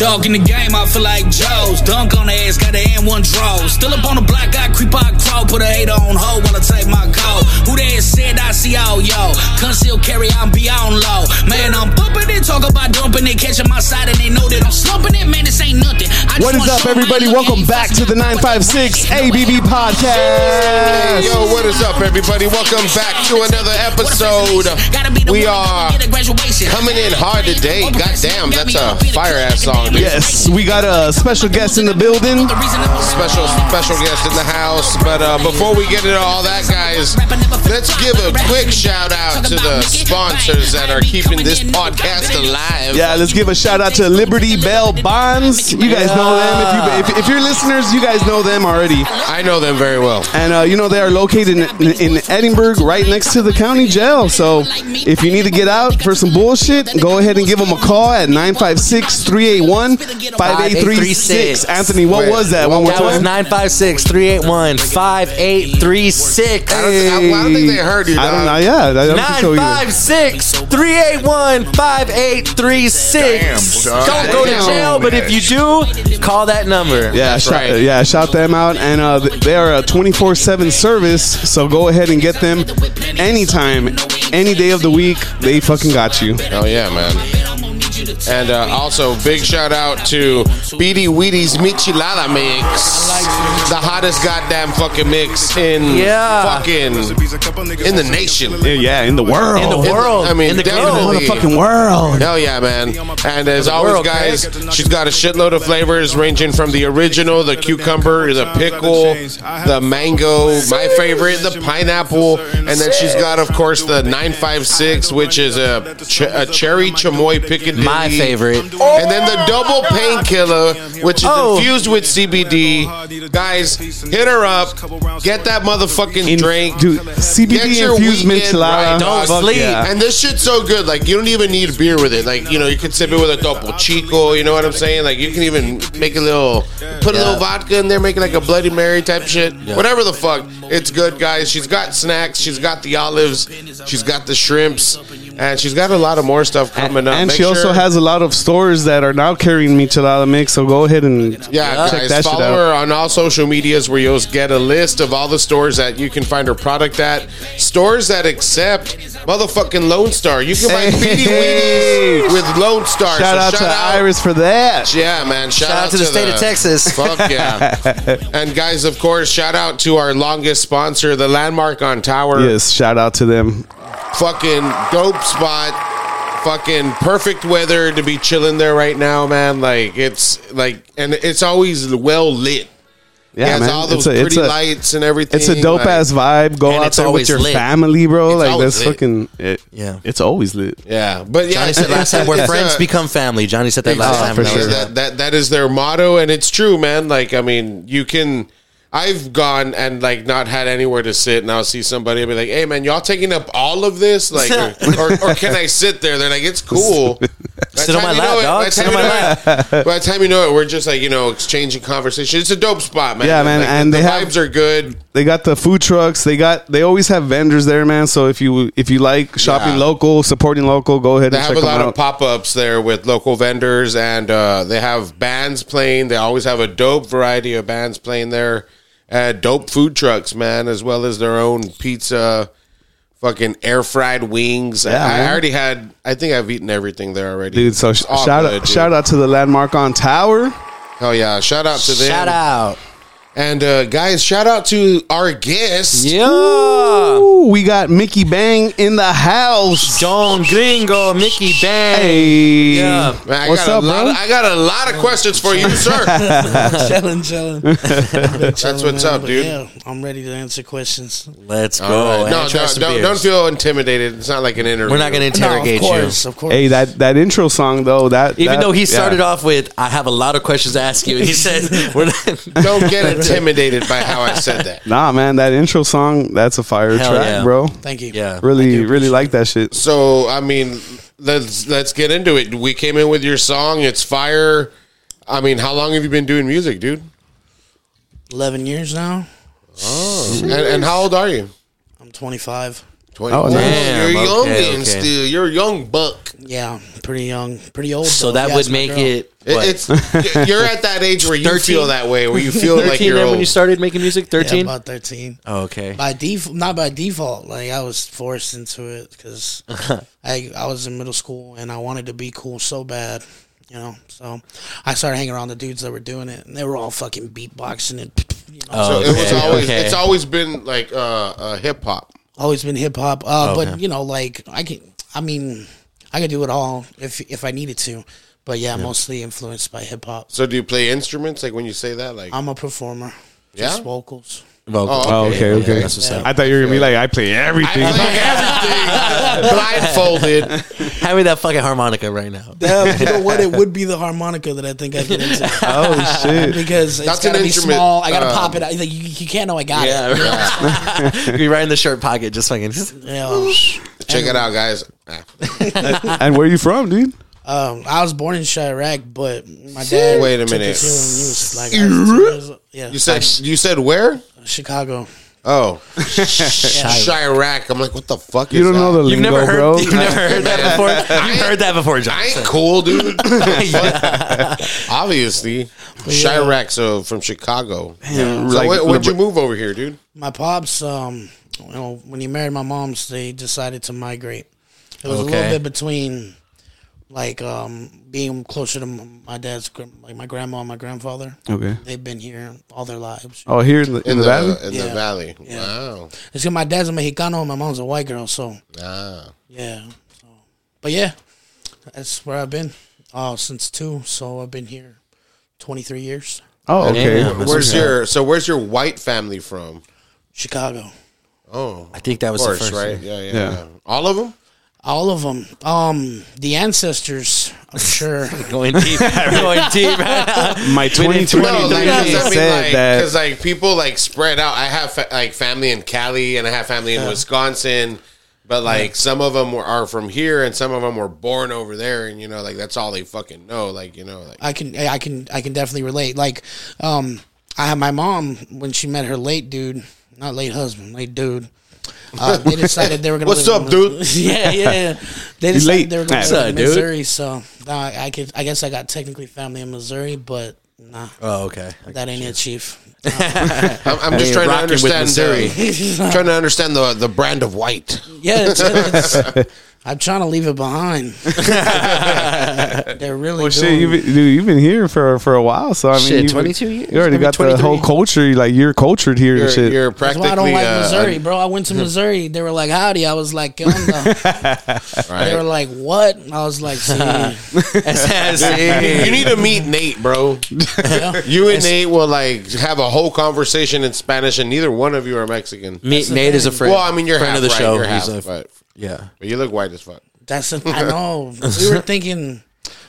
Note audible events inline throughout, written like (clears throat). Dog in the game, I feel like Joe's. Dunk on the ass, got the M1 draw. Still up on the block, I creep, I crawl. Put a hater on hold while I take my call. Who that said I see all yo? Conceal carry, I'm beyond low. Man, I'm bumping it, talk about dumping it, catching my side, and they know that I'm slumping it. Man, this ain't nothing. I just What is wanna up, show my everybody? look, Welcome ain't back to the 956 ABB Hey, podcast. yo, what is up, everybody? Welcome back to another episode. We are coming in hard today. Goddamn, that's a fire ass song, dude. Yes, we got a special guest in the building. Special, special guest in the house. But uh, before we get into all that, guys, let's give a quick shout out to the sponsors that are keeping this podcast alive. Yeah, let's give a shout out to Liberty Bell Bonds. You guys know them. If, you, if, if you're listeners, you guys know them already. I know them very well. And uh, you know they are located in, in, in Edinburgh, right next to the county jail. So if you need to get out for some bullshit, go ahead and give them a call at 956-381-5836. Anthony, what Wait, was that? what One more That was time. 956 381 5836. I don't, I, I don't think they heard you. I don't dog. know. Yeah, I don't think so either. 956 381 5836. Damn, son. Don't go to Damn. jail, but if you do, call that number. Yeah, That's shout, right. yeah, shout them out, and uh, th- they are a twenty four seven service. So go ahead and get them anytime, any day of the week. They fucking got you. Oh yeah, man. And uh, also, big shout out to BD Wheaties Michelada Mix, the hottest goddamn fucking mix in Yeah. fucking in the nation. Yeah, yeah, in the world, In the world. I mean, in the definitely. globe. motherfucking world. Hell yeah, man. And as always, world, guys, she's got a shitload of flavors ranging from the original, the cucumber, the pickle, the mango, my favorite, the pineapple. And then she's got, of course, the 956, which is a, ch- a cherry chamoy picadilly. My favorite. And then the double painkiller, which is Oh. infused with CBD. Guys, hit her up. Get that motherfucking In- drink. dude. Get CBD your infused weekend michelada. right, dog. Fuck Sleep. yeah. And this shit's so good, like you don't even need beer with it. Like you know, you could sip it with a topo chico. You know what I'm saying? Like you can even make a little, put a little vodka in there, make it like a Bloody Mary type shit. Whatever the fuck, it's good, guys. She's got snacks. She's got the olives. She's got the shrimps, and she's got a lot of more stuff coming up. And uh, Make she also sure- has a lot of stores that are now carrying michelada mix. So go ahead and Yeah, check guys, that shit follow out. her on all social medias where you'll get a list of all the stores that you can find her product at. Stores that accept motherfucking Lone Star. You can buy Hey. Petey Wheaties with Lone Star. Shout So out to Iris for that. Yeah, man. Shout, Shout out to the state of Texas. (laughs) Fuck (laughs) yeah. and guys, of course, shout out to our longest sponsor, the Landmark on Tower. Yes, shout out to them. Fucking dope spot. Fucking perfect weather to be chilling there right now, man. Like it's like, and it's always well lit. Yeah, Yeah, it's man. all It's those a- it's pretty a- lights and everything. It's a dope like- ass vibe. Go And out it's there with always your lit. family, bro. It's like always that's lit. fucking. It, Yeah. it's always lit. Yeah, but yeah, Johnny said last time, it's where a- friends become family. Johnny said that last Oh, time. for That sure. was- that, that that is their motto, and it's true, man. Like I mean, you can. I've gone and like not had anywhere to sit, and I'll see somebody and be like, "Hey, man, y'all taking up all of this? Like, (laughs) or, or, or can I sit there?" They're like, (laughs) "It's cool." By the Sit on time my you know lap, it- dog. by the Sit time on you my know it- By the time you know it, we're just like you know exchanging conversation. It's a dope spot, man. Yeah, man, Like, and the they have- vibes are good. They got the food trucks. They got. They always have vendors there, man. So if you if you like shopping Yeah. local, supporting local, go ahead They and have check a lot them of out. pop ups there with local vendors, and uh, they have bands playing. They always have a dope variety of bands playing there. Uh, dope food trucks, man, as well as their own pizza, fucking air fried wings. Yeah, I, I man. already had. I think I've eaten everything there already, dude. So sh- It's all shout good, out dude. shout out to the landmark on Tower. Hell yeah! Shout out to them. Shout out. and uh, guys, shout out to our guest. Yeah. Ooh, we got Mickey Bang in the house. John Gringo, Mickey Bang. Hey, Yeah. Man, I what's got up, a lot bro? I got a lot of questions for you, (laughs) sir. chilling, chilling. That's what's up, dude. Yeah, I'm ready to answer questions. Let's go. All right. and No, try no, some don't, beers. don't feel intimidated. It's not like an interview. We're not going to interrogate no, of you. course, of course. Hey, that that intro song though. That Even that- though he yeah. started off with, I have a lot of questions to ask you. And he said, (laughs) we're not. (laughs) Don't (laughs) get intimidated by how I said that. Nah, man, that intro song. That's a fire Hell track, yeah. bro. Thank you. Yeah. Really, really like that shit. So I mean, let's let's get into it. We came in with your song. It's fire. I mean, how long have you been doing music, dude? Eleven years now. And, and how old are you? I'm 25. Twenty-one. Oh, Damn, You're young okay, and okay. still. You're a young buck. Yeah, pretty young, pretty old. So though, that if you would ask my make girl. it. It- what, it's you're at that age (laughs) where you 13? feel that way, where you feel like 13 you're then old. when you started making music? Yeah, 13? about thirteen. oh, okay. By default, not by default. Like I was forced into (laughs) it because I I was in middle school and I wanted to be cool so bad, you know. So I started hanging around the dudes that were doing it, and they were all fucking beatboxing and. You know, Oh, so it was okay, always. okay. It's always been like uh, uh, hip hop. always been hip hop. Uh, Okay. But you know, like I can, I mean, I could do it all if if I needed to. But yeah, mostly influenced by hip hop. So do you play instruments? Like when you say that, like I'm a performer. Just Yeah? (laughs) vocals. Oh, okay, okay. That's what's up. I thought you were gonna be like, I play I everything. play everything blindfolded. Hand me that fucking harmonica right now. Uh, you know what? It would be the harmonica that I think I (laughs) get into oh shit! because it's That's an gotta be instrument, small. I gotta um, pop it. out. Like, you, you can't know I got Yeah, it. right. You're right (laughs) in the shirt pocket, just fucking. Yeah. Check it out, guys. Ah. (laughs) and where you from, dude? Um, I was born in Chirac, but my dad. Wait a took minute. us here when he was like, I was two years old. yeah, You said you said where? Chicago. Oh, Chirac. I'm like, what the fuck? You is don't know the that? You've lingo, never heard. bro. You've never heard that before. You've heard that before, John. I (laughs) ain't (coughs) cool, dude. Yeah. Obviously, yeah. Chirac. So from Chicago. so like, when, would you LeBron- move over here, dude? My pops, um, you know, when he married my mom's, they decided to migrate. It was a Okay. little bit between, like, um, being closer to m- my dad's, gr- like my grandma and my grandfather. Okay. They've been here all their lives. Oh, here in the, in the valley. in the Yeah. valley. Wow. It's 'cause my dad's a Mexicano and my mom's a white girl, so Ah. yeah. So, but yeah, that's where I've been uh, since two. So I've been here twenty three years. Oh, okay. Damn. That's Where's okay. your so? Where's your white family from? Chicago, Oh, I think that of was the course, first. right? Yeah, yeah, Yeah. yeah. All of them. all of them. Um, the ancestors, I'm sure. Going deep. going deep. Right now. My We didn't 23 No, No, like, Yeah. I mean, said like, that. because like people like spread out. I have fa- like family in Cali and I have family in Wisconsin, but like some of them were, are from here and some of them were born over there, and you know, like that's all they fucking know. Like you know, like I can I can I can definitely relate. Like, um, I had my mom when she met her late dude, not late husband, late dude. Uh, they decided they were gonna. What's live up, in- dude? (laughs) yeah, yeah. yeah. They decided late. they were gonna What's live up, in dude? Missouri, so now I, I could I guess I got technically family in Missouri, but nah, Oh, okay. that ain't it, chief. I'm, I'm just mean, trying to rocking with understand. Missouri. The, yeah, (laughs) trying to understand the the brand of white. it's, it's, I'm trying to leave it behind. They're really. Well, doing- shit, you've been, dude, you've been here for for a while, so I mean, Shit, you've been- 22 years? You already Maybe got the 23. whole culture. you- Like you're cultured here You're, and shit. you're That's practically. why I don't like uh, Missouri, bro. I went to Missouri. They were like, "Howdy." I was like, "Yo, I'm the-" They were right? like, "What?" I was like, (laughs) "See, See? You need to meet Nate, bro. (laughs) yeah. You and Nate will like have a whole conversation in Spanish, and neither one of you are Mexican. Meet Nate is a friend. Well, I mean, you're friend half of the right? show. You're half, He's a- but, yeah. but you look white as fuck. that's a, I know." We were thinking.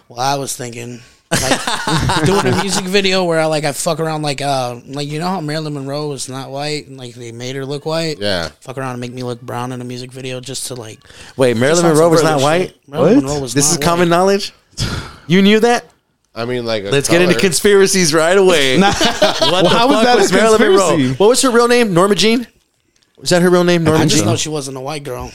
Well, I was thinking. Like, (laughs) doing a music video where I like I fuck around like uh like you know how Marilyn Monroe was not white and like they made her look white Yeah. fuck around and make me look brown in a music video just to like Wait, Marilyn Monroe was not white. Marilyn What? Monroe was This not is white. common (laughs) knowledge. You knew that. I mean, like, a Let's get into color. conspiracies right away. (laughs) What the how was that fuck a Monroe? conspiracy? What was her real name? Norma Jean. Was that her real name, Norma I just Jean? know she wasn't a white girl.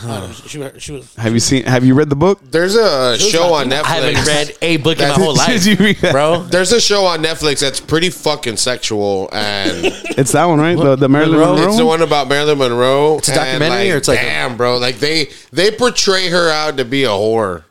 Uh, she, she was have you seen? Have you read the book? There's a uh, show on Netflix. I haven't read a book in my That's- (laughs) whole life, Did you read that? bro. There's a show on Netflix that's pretty fucking sexual, (laughs) and It's that one, right? The, the Marilyn Monroe? Monroe. it's the one about Marilyn Monroe. It's a documentary or it's like a- damn, bro, like they they portray her out to be a whore.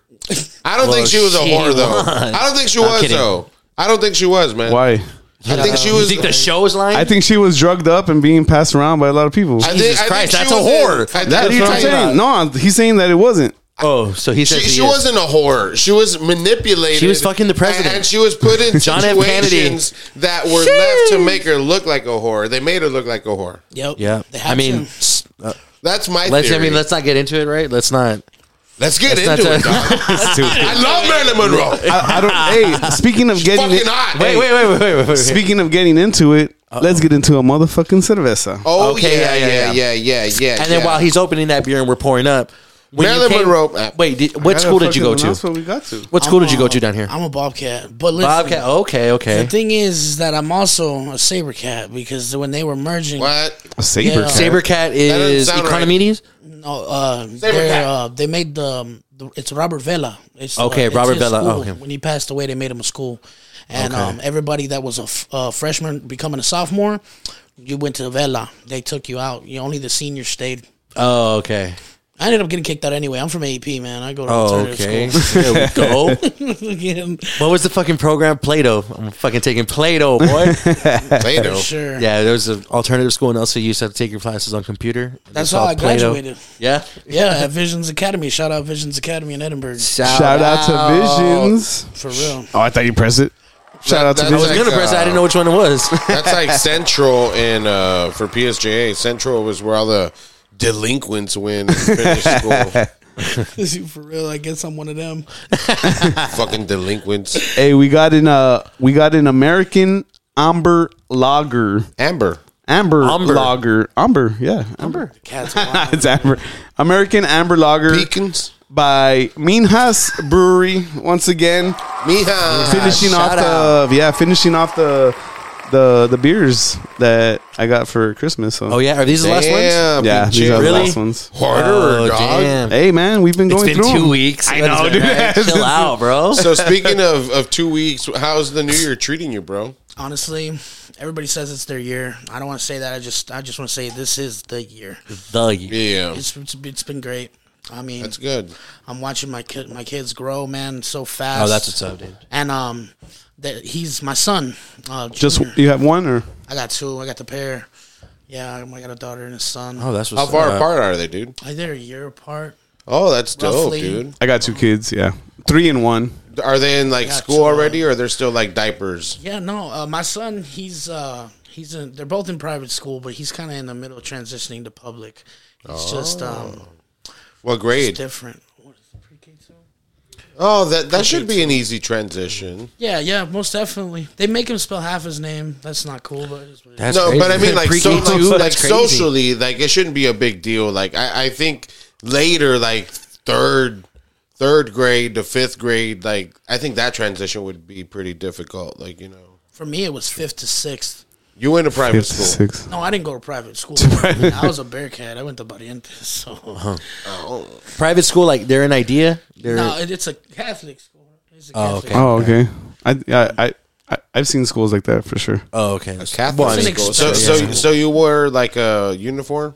I don't Well, think she was a she whore though. was. I don't think she I'm was kidding. though. I don't think she was, man. Why? I think she You was. think the show is lying? I think she was drugged up and being passed around by a lot of people. I think- Jesus I think Christ, she that's a was whore. in- I think- That's I what I'm think- saying. No, he's saying that it wasn't. oh, so he says She, he she is. wasn't a whore. She was manipulated. She was fucking the president. and she was put in (laughs) John F. Kennedy. situations that were left to make her look like a whore. They made her look like a whore. Yep. Yeah, They had I mean, to. s- uh, That's my. let's. I theory. mean, let's not get into it, right? Let's not. Let's get Let's into not it. (laughs) dog. I love Marilyn Monroe. I, I don't. (laughs) hey, speaking of getting Fucking in- hot. Wait, wait, wait, wait, wait, wait. wait. speaking of getting into it, let's get into a motherfucking cerveza. Oh Okay, yeah, yeah, yeah, yeah, yeah, yeah, yeah, and then yeah. while he's opening that beer and we're pouring up, when you Marilyn came- Monroe. Ah. Wait, did, what school did you go That's to? what we got to. What school did you go to down here? I'm a Bobcat, but listen, Bobcat. Okay, okay. The thing is, is that I'm also a saber cat because when they were merging, What? A saber. Yeah. cat. Sabercat is sound right. Economides. no, uh, Saber they're, cat. uh, they made the, um, the it's Robert Vela. It's, uh, Okay, it's Robert his Vela, school. okay. When he passed away, they made him a school, and um, everybody that was a f- uh, freshman becoming a sophomore, you went to Vela. They took you out. You only the seniors stayed. Oh, okay. I ended up getting kicked out anyway. I'm from AEP, man. I go to Oh, alternative okay. (laughs) There we go. school. (laughs) Again, What was the fucking program? Play-Doh. I'm fucking taking Play-Doh, (laughs) boy. Play-Doh. (laughs) sure. Oh, yeah, there was an alternative school in LCU. You used to have to take your classes on computer. That's It's how called I Play-Doh. graduated. Yeah. Yeah, at Visions Academy. Shout out Visions Academy (laughs) in Edinburgh. Shout out to Visions. For real. Oh, I thought you pressed it. Shout out to That- I was Visions. that's- gonna press. that. I didn't know which one it was. That's like Central in uh, for PSJA. Central was where all the delinquents went and finished (laughs) school. for real, I guess I'm one of them. Fucking delinquents. Hey, we got an uh, we got an American amber lager. Amber. Amber, Amber. lager. Amber, yeah, amber. Cats (laughs) it's amber. American amber lager Beacons. by Minhas Brewery once again, Mija. finishing off Ah, shout the yeah, finishing off the the the beers that I got for Christmas. So. (laughs) Oh yeah, are these the last ones? Damn, yeah, BJ. these are Really? the last ones. Harder, Oh, dog. damn. Hey man, we've been It's going been through two 'em. weeks. I That know, is dude. bad. Chill out, bro. So speaking of, of two weeks, how's the new year treating you, bro? Honestly, everybody says it's their year. I don't want to say that. I just, I just want to say this is the year. The Yeah, It's, it's, it's been great. I mean, that's good. I'm watching my kid, my kids grow, man, so fast. oh, that's what's up, dude. And um, that he's my son. Uh, Just Junior. you have one or I got two. I got the pair. Yeah, I got a daughter and a son. Oh, that's what's How far up. apart are they, dude? Uh, They're a year apart. Oh, that's dope, Roughly. dude. I got two kids. Yeah, three and one. Are they in like Yeah, school two. already, or they're still like diapers? Yeah, no, uh, my son, he's uh, he's in, they're both in private school, but he's kind of in the middle of transitioning to public. It's just um, Oh. What grade? different. What is it, pre-K two? Oh, that that should be an easy transition. Yeah, yeah, most definitely. They make him spell half his name. That's not cool, but it's what it is. That's no, crazy. but I mean, like, Pre-K so, like, too? like, That's crazy. socially, like it shouldn't be a big deal. Like I, I think later, like third, third grade to fifth grade, like I think that transition would be pretty difficult. Like you know, for me. It was fifth to sixth. you went to private Fifth, school. six. No, I didn't go to private (laughs) school. I was a Bearcat. I went to Barrientos. So Uh-huh. private school, like they're an idea. They're no, it, it's a Catholic school. It's a oh okay. Catholic Oh okay. I I I- I I've seen schools like that for sure. Oh okay. Catholic Well, I It's an mean, school. So, so, expensive school. so you wore like a uniform?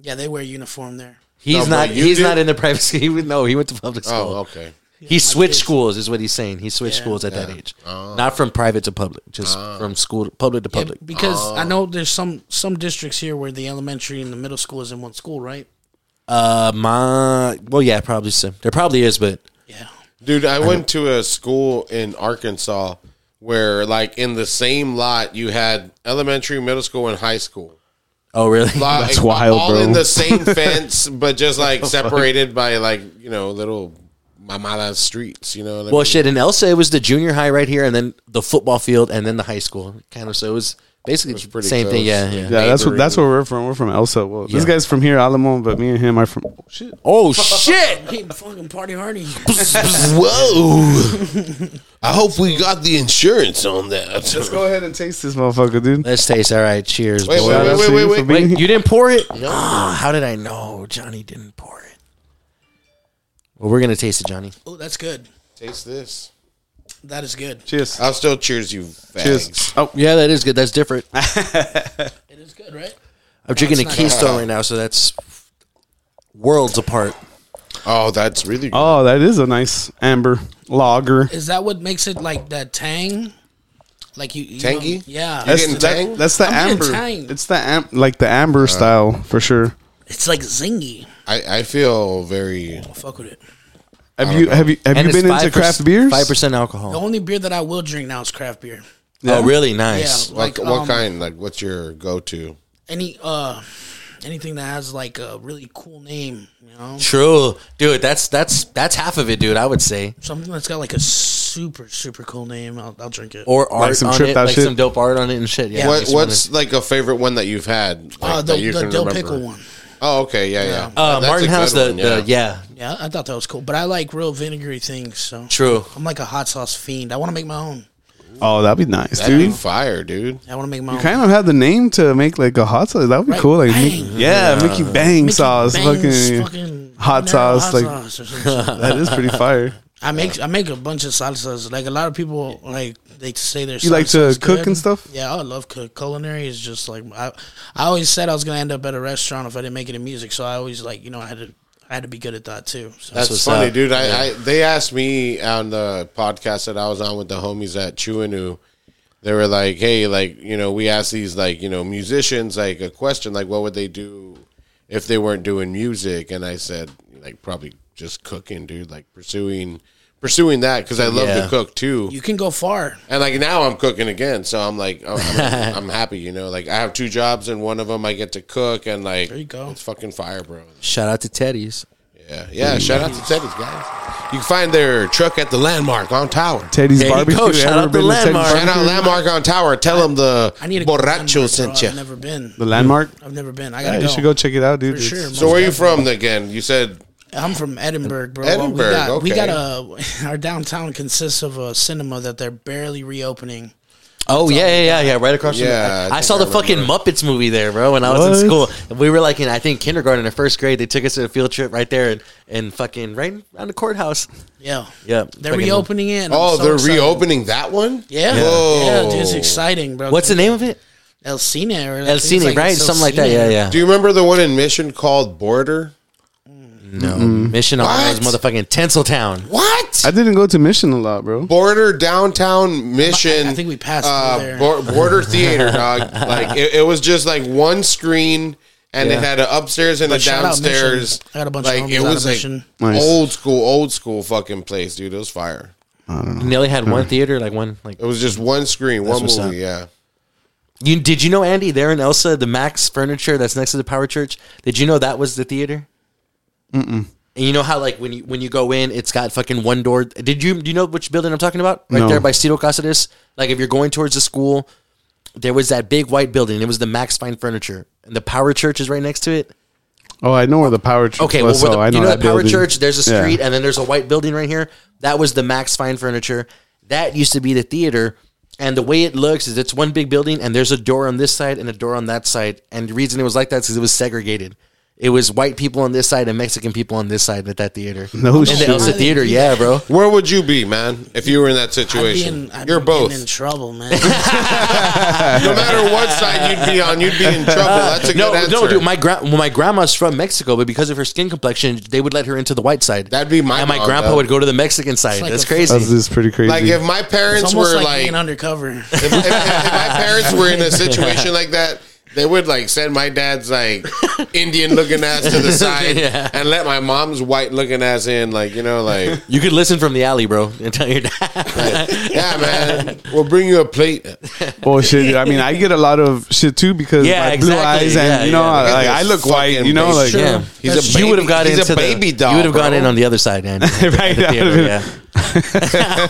Yeah, they wear uniform there. he's but not. you He's did- not in the private school. (laughs) He would- No, he went to public school. Oh, okay. He switched schools, is what he's saying. He switched schools at that age, Oh. not from private to public, just from school public to Yeah, public. Oh. because I know there's some some districts here where the elementary and the middle school is in one school, right? Uh, my well, yeah, probably so. There probably is, but Yeah. Dude, I went to a school in Arkansas where, like, in the same lot, you had elementary, middle school, and high school. oh really? Like, That's wild, all bro. in the same (laughs) fence, but just like separated by like you know little mamada streets. You know, what I Well, mean? shit. In Elsa, it was the junior high right here, and then the football field, and then the high school. Kind of. So it was basically the pretty same thing. close. Yeah. yeah. Yeah, that's what, Neighboring. that's where we're from. We're from Elsa. Well, this guy's from here, Alamo, but me and him are from. Oh, shit. Oh shit! Hey, fucking party hardy. Whoa! I hope we got the insurance on that. Let's go ahead and taste this motherfucker, dude. Let's taste. All right. Cheers. Wait, boy. wait, Shout out wait, to wait, you wait, for Wait, being here. you didn't pour it? Ah, how did I know? Johnny didn't pour it. Well, we're gonna taste it, Johnny. Oh, that's good. Taste this. That is good. Cheers. I'll still cheers you. Fags. Cheers. Oh, Yeah, that is good. That's different. I'm It is good, right? drinking a not- Keystone right now, so that's worlds apart. Oh, that's really. good. oh, that is a nice amber lager. Is that what makes it like that tang? Like you, you Tangy? know- yeah. You It's, getting Uh, That's, that- tang? that's the I'm getting amber. tang. It's the am- like the amber style for sure. it's like zingy. I, I feel very. I fuck with it. Have you have you have you been into craft beers? Five percent The alcohol. only beer that I will drink now is craft beer. Oh, really? Yeah, Nice. like what, what um, kind? Like, what's your go-to? Any uh, anything that has like a really cool name, you know, True, dude. That's that's that's half of it, dude. I would say, something that's got like a super super cool name. I'll, I'll drink it. or art some on tripped it, out like shit. some dope art on it and shit. Yeah. Yeah. I What, just what's like a favorite one that you've had? Like, uh, the, that you the can dill remember? pickle one. Oh, okay, yeah, yeah. Uh, That's Martin a good House, the, one, yeah. the yeah, Yeah, I thought that was cool. But I like real vinegary things. So true. I'm like a hot sauce fiend. I want to make my own. Oh, that'd be nice, That'd be dude. fire, dude. I want to make my own. Kind of have the name to make like a hot sauce. That would be Right, cool. Like, bang. Mickey, yeah, Mickey Bang Mickey sauce. Bang's fucking, fucking hot marinara sauce, like- sauce or some shit. that is (laughs) pretty fire. I make I make a bunch of salsas. Like a lot of people like they say their You like to salsa's cook good. and stuff? Yeah, I love cook. Culinary is just like I I always said I was gonna end up at a restaurant if I didn't make it in music. So I always like you know I had to I had to be good at that too. So That's It's what's funny, up. dude. I, I they asked me on the podcast that I was on with the homies at Chewinu. They were like, "Hey, like you know, we asked these like you know musicians like a question like, what would they do if they weren't doing music?" And I said, like, probably just cooking, dude. Like pursuing pursuing that because I love Yeah. to cook too. you can go far. And like now I'm cooking again, so I'm like I'm, (laughs) I'm, I'm happy, you know. Like I have two jobs, and one of them I get to cook, and like There you go. it's fucking fire, bro. Shout out to Teddy's. Yeah, yeah. Shout out to Teddy's guys. You can find their truck at the landmark on Tower. Teddy's There you barbecue. go. Shout Ever out the been to Teddy's landmark. Shout Barbecue? out landmark on Tower. Tell them the I need a borracho I've sent you. never been. The landmark. I've never been. I Yeah, gotta you should go check it out, dude. For It's- sure. So where you from again? You said I'm from Edinburgh, bro. we Edinburgh, got, we okay. got a (laughs) our downtown consists of a cinema that they're barely reopening. Oh yeah, yeah, yeah, yeah, right across. Yeah, Yeah, I I, saw the think I fucking Muppets movie there, bro. When I was in What? school, we were like in I think kindergarten or first grade. They took us to a field trip right there and, and fucking right around the courthouse. Yeah, Yeah, they're fucking- reopening it. and I'm oh so they're excited. reopening that one. Yeah, Whoa. yeah, dude, it's exciting, bro. What's the name of it? El Cine or El Cine, right? Something like that. Yeah, yeah. Do you remember the one in Mission called Border? no, Mission on What? motherfucking Tinseltown. What? I didn't go to Mission a lot, bro. Border downtown Mission. uh, I- I think we passed through there. Bor- border theater, (laughs) dog. Like it, it was just like one screen, and it had an upstairs and a shout out downstairs. Mission. I got a bunch of like homies it out of was like Mission. Nice. old school, old school fucking place, dude. It was fire. And they only had one theater, like one like. It was just one screen, one what's movie. up. Yeah. You did you know Andy there in Elsa the Max Furniture that's next to the Power Church? Did you know that was the theater? Mm. And you know how like when you when you go in, it's got fucking one door. Did you do you know which building I'm talking about? Right No. there by Cito Casares. Like if you're going towards the school, there was that big white building. It was the Max Fine Furniture, and the Power Church is right next to it. Oh, I know where the power church. Okay, well, was, where the- so I know you know that that Power building. Church. There's a Yeah. street, and then there's a white building right here. That was the Max Fine Furniture. That used to be the theater. And the way it looks is it's one big building, and there's a door on this side and a door on that side. And the reason it was like that is 'cause it was segregated. It was white people on this side and Mexican people on this side at that theater. (laughs) No in shit. the Elsa Theater, yeah, bro. Where would you be, man, if you were in that I'd be situation? in, I'd You're be both. getting in (laughs) trouble, man. no matter what side you'd be on, you'd be (laughs) in trouble. That's a No, good answer. no, dude. My gra- well, my grandma's from Mexico, but because of her skin complexion, they would let her into the white side. That'd be my and my mom, grandpa though. would go to the Mexican side. like That's a- crazy. That's just pretty crazy. like if my It's parents almost were like, like, being undercover. if, if- if my parents were in a situation like that, they would like send my dad's like Indian looking ass to the side Yeah. and let my mom's white looking ass in, like you know, like You could listen from the alley, bro, and tell your dad. yeah, man, we'll bring you a plate. Well, shit. I mean, I get a lot of shit too because Yeah, my blue exactly. eyes, and Yeah, you know, yeah. I- Look at like, this I look white. fucking You know, bitch. like (laughs) Sure. yeah, He's a You would have baby- got he's a into baby the, doll, You would have gone bro. in on the other side, (laughs) man. Right The out theater, of it. (laughs) yeah.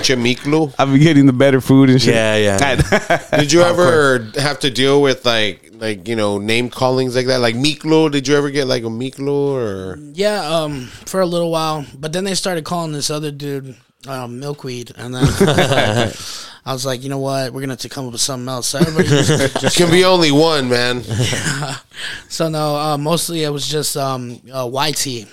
Chamiklu. (laughs) I've been getting the better food and shit. Yeah, yeah. Did you ever have to deal with like like you know name callings like that? Like Miklo? Did you ever get like a Miklo or yeah, um, for a little while, but then they started calling this other dude um, milkweed, (laughs) and then I was like, you know what? We're gonna have to come up with something else. So (laughs) everybody just, just can be only one man? So no, uh, mostly it was just um, uh, YT,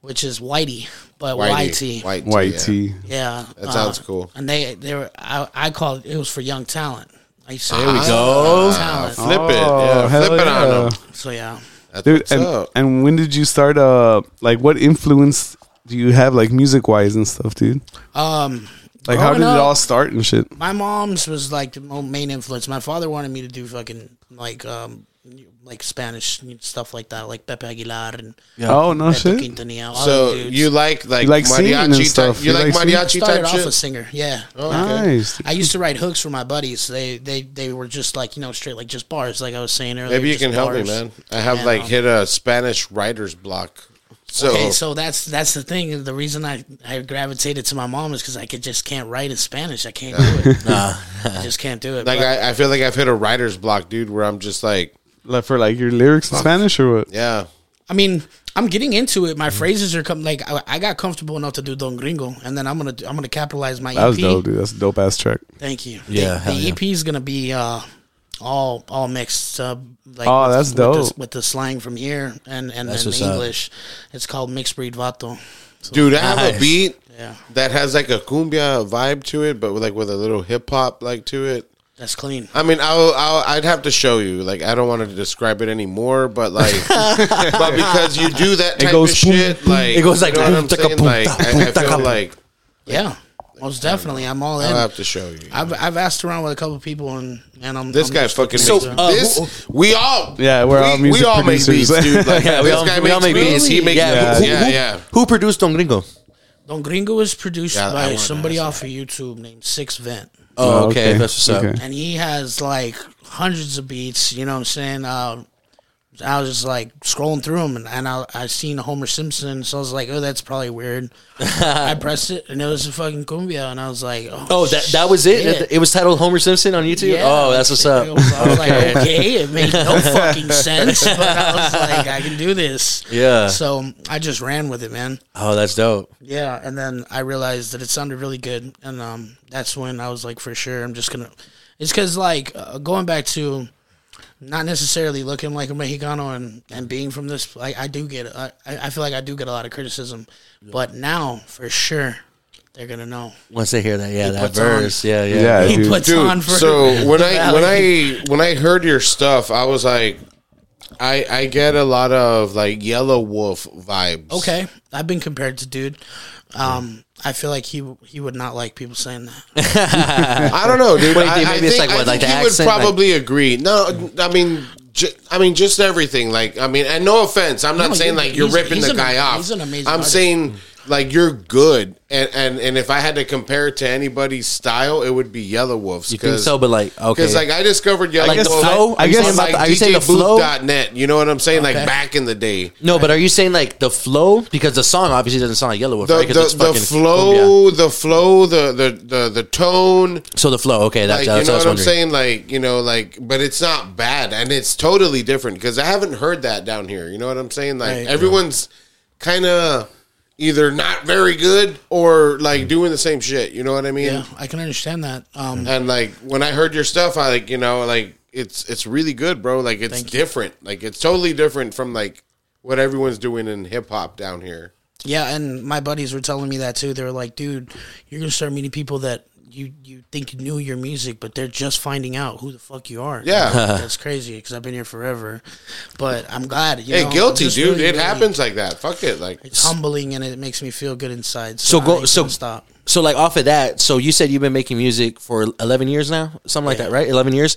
which is Whitey, but Whitey. YT. White tea, White yeah. tea. Yeah, uh, That sounds cool. And they they were I, I called it was for young talent. I used to There we I- go. Talent. Flip it, Oh, yeah, hell flip it on yeah. 'em. So yeah, That's Dude, what's and, up. and when did you start? Uh, like, what influence do you have, like, music wise and stuff, dude? um, Like, how growing did it up- all start and shit? My mom's was like the mo- main influence. My father wanted me to do fucking like um like Spanish stuff like that, like Pepe Aguilar and Oh no, Beto shit. Quintanilla. all So them dudes. you like like, You like singing and mariachi stuff. type? You You like like singing? mariachi started type off a shit? Oh, singer, yeah. Nice. I used to write hooks for my buddies. They they they were just like you know straight like just bars, like I was saying earlier. Maybe you just can help me, bars. man. I have Yeah, like no. hit a Spanish writer's block. So, Okay, so that's that's the thing. The reason I, I gravitated to my mom is because I could just can't write in Spanish. (laughs) I can't do it. I just can't do it. like But I, I feel like I've hit a writer's block, dude, where I'm just like Like for like your lyrics in Spanish or what? Yeah. I mean, I'm getting into it. Mm-hmm. My phrases are coming. Like I, I got comfortable enough to do Don Gringo, and then I'm gonna do- I'm gonna capitalize my EP. That was dope, dude. That's a dope ass track. Thank you. Yeah, the, hell yeah. EP is gonna be uh, all all mixed up. Like Oh, with- that's with dope. The, with the slang from here and and That's then what's the up. English. It's called mixed breed vato. Dude, I have a Nice. beat Yeah. that has like a cumbia vibe to it, but with like with a little hip hop like to it. That's clean. I mean, I'll, I'll, I'd have to show you. Like, I don't want to describe it anymore, but (laughs) like, but because you do that type goes of boom, shit, boom. like, It goes like you know boom, what I'm taka, saying? boom, Like, ta, I, boom, I taka, feel boom. like Yeah, most definitely. I'm all I'll in. have to show you. I've I've asked around with a couple people, and and I'm This I'm guy just- fucking So, makes uh, this. who- we all, Yeah, we're we, all music we all make beats, producers. dude. (laughs) Like, Yeah, this guy makes beats. He makes yeah, beats. who- Yeah, who- yeah. Who produced Don Gringo? Don Gringo is produced Yeah, I by wanna somebody off of YouTube named Six Vent. Oh, Oh, okay. okay. That's what's up. Okay. and he has like hundreds of beats. You know what I'm saying? Uh, I was just like scrolling through them, and, and I I seen Homer Simpson, so I was like, oh, that's probably weird. (laughs) I pressed it, and it was a fucking cumbia, and I was like, oh, Oh, that that was it. shit. It was titled Homer Simpson on YouTube. Yeah. Oh, that's what's I up. was Okay. like, okay, it (laughs) made no fucking sense, but I was like, I can do this. Yeah. So I just ran with it, man. Oh, that's dope. Yeah, and then I realized that it sounded really good, and um, that's when I was like, for sure, I'm just gonna. It's because like uh, going back to not necessarily looking like a Mexicano and, and being from this, like I do get, I, I I feel like I do get a lot of criticism, but now for sure they're gonna (laughs) know. Once they hear that, yeah, that puts on. verse, yeah, yeah, Yeah, He dude. puts on for so (laughs) when the I Valley. when I when I heard your stuff, I was like, I I get a lot of like Yellow Wolf vibes. okay, I've been compared to dude. Um, I feel like he he would not like people saying that. I don't know, dude. What do you I, think? I Maybe it's think, like what, I like think the he would accent, like- probably agree. No, I mean. ju- I mean, just everything. Like, I mean, and no offense, I'm not No, saying you're- like you're he's- ripping he's the an- guy off. he's an amazing I'm artist. saying like you're good, and and and if I had to compare it to anybody's style, it would be Yellow Wolves. You think so? But like, okay, Because like I discovered Yellow Like the Wolf flow? I on, guess- like Are you saying the flow? DJBooth.net. You know what I'm saying? Like Okay. back in the day, no, but are you saying like the flow? Because the song obviously doesn't sound like Yellow Wolf, the right? 'Cause the, the fucking cumbia. flow, the flow, the the the the tone. So the flow, okay, Like that, that's you know what what I I'm was wondering. saying? Like you know, like but it's not bad, and it's totally different because I haven't heard that down here. You know what I'm saying? Like Right. everyone's kind of either not very good or like doing the same shit. You know what I mean? Yeah, I can understand that. Um, And like when I heard your stuff, I like you know like it's it's really good, bro. Like it's different. Like it's totally different from like what everyone's doing in hip hop down here. Yeah, and my buddies were telling me that too. They were like, "Dude, you're gonna start meeting people that you you think knew your music, but they're just finding out who the fuck you are." (laughs) Yeah. that's crazy because I've been here forever. But I'm glad. You Hey, know, guilty, just dude. really, it really- happens like that. Fuck it. Like It's humbling and it makes me feel good inside. So So, go- go. so- So stop. So like off of that, so you said you've been making music for eleven years now, something like that, right? Eleven years.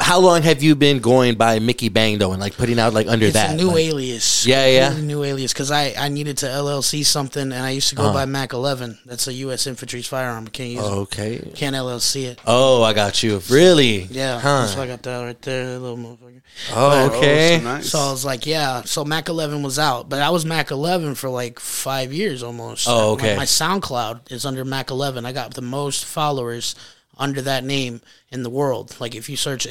How long have you been going by Mickey Bang though, and like putting out like under It's that? a new like- alias. Yeah, yeah. Completely New alias because I I needed to LLC something and I used to go Uh-huh. by Mac 11. That's a U.S. infantry's firearm. I Can't use. it. Oh, okay. Can't LLC it. Oh, I got you. Really? Yeah, Huh. that's why I got that right there, that little motherfucker. Oh, okay. Nice. So I was like, yeah. So Mac 11 was out, but I was Mac 11 for like five years almost. Oh, okay. Like, my SoundCloud is under Mac 11. I got the most followers under that name in the world. Like if you search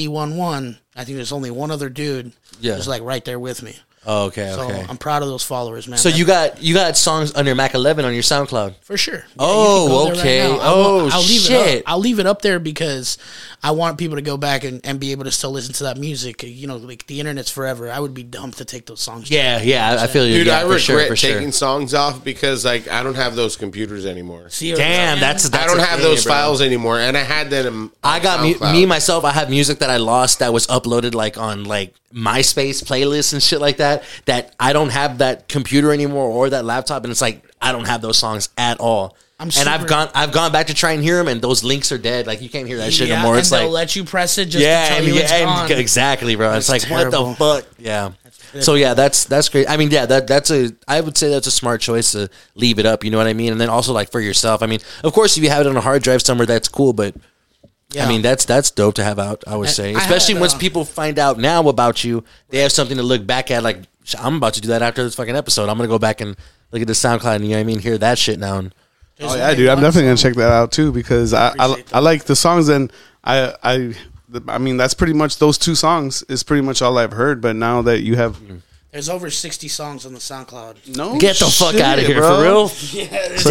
MAC11, I think there's only one other dude Yeah. who's like right there with me. Oh, okay. So Okay. I'm proud of those followers, man. So That- you got you got songs under Mac 11 on your SoundCloud. for sure. Yeah, you can Oh, go there okay. now. I will- Oh, leave It shit. up. I'll leave it up there because I want people to go back and, and be able to still listen to that music. You know, like the internet's forever. I would be dumb to take those songs. down. Yeah, yeah, I, I feel you. Dude, yeah, I for regret sure, for sure. taking songs off because like I don't have those computers anymore. See, Damn, that's, that's I don't a have thing, those bro. files anymore, and I had them. I got me, SoundCloud. me myself. I have music that I lost that was uploaded like on like MySpace playlists and shit like that. That I don't have that computer anymore or that laptop, and it's like I don't have those songs at all. I'm and I've super- gone I've gone back to try and hear them, and those links are dead. Like you can't hear that shit no anymore. and It's they'll like let you press it just yeah, to tell and- you it's yeah, gone. and- (laughs) exactly, bro. it's like That's terrible. what the fuck, yeah. So yeah, that's that's great. I mean, yeah, that that's a I would say that's a smart choice to leave it up. You know what I mean? And then also like for yourself. I mean, of course, if you have it on a hard drive somewhere, that's cool. But Yeah. I mean, that's that's dope to have out. I would say, I had, especially once uh, people find out now about you, they have something to look back at. Like "Sh- I'm about to do that after this fucking episode. I'm gonna go back and look at the SoundCloud and you know what I mean, hear that shit now. And, There's Oh a yeah, big dude. I'm box. definitely gonna check that out too because I I, I like the songs and I I th- I mean, that's pretty much those two songs is pretty much all I've heard. But now that you have There's over 60 songs on the SoundCloud. no, Get the fuck shit, out of here, bro. for real. So you-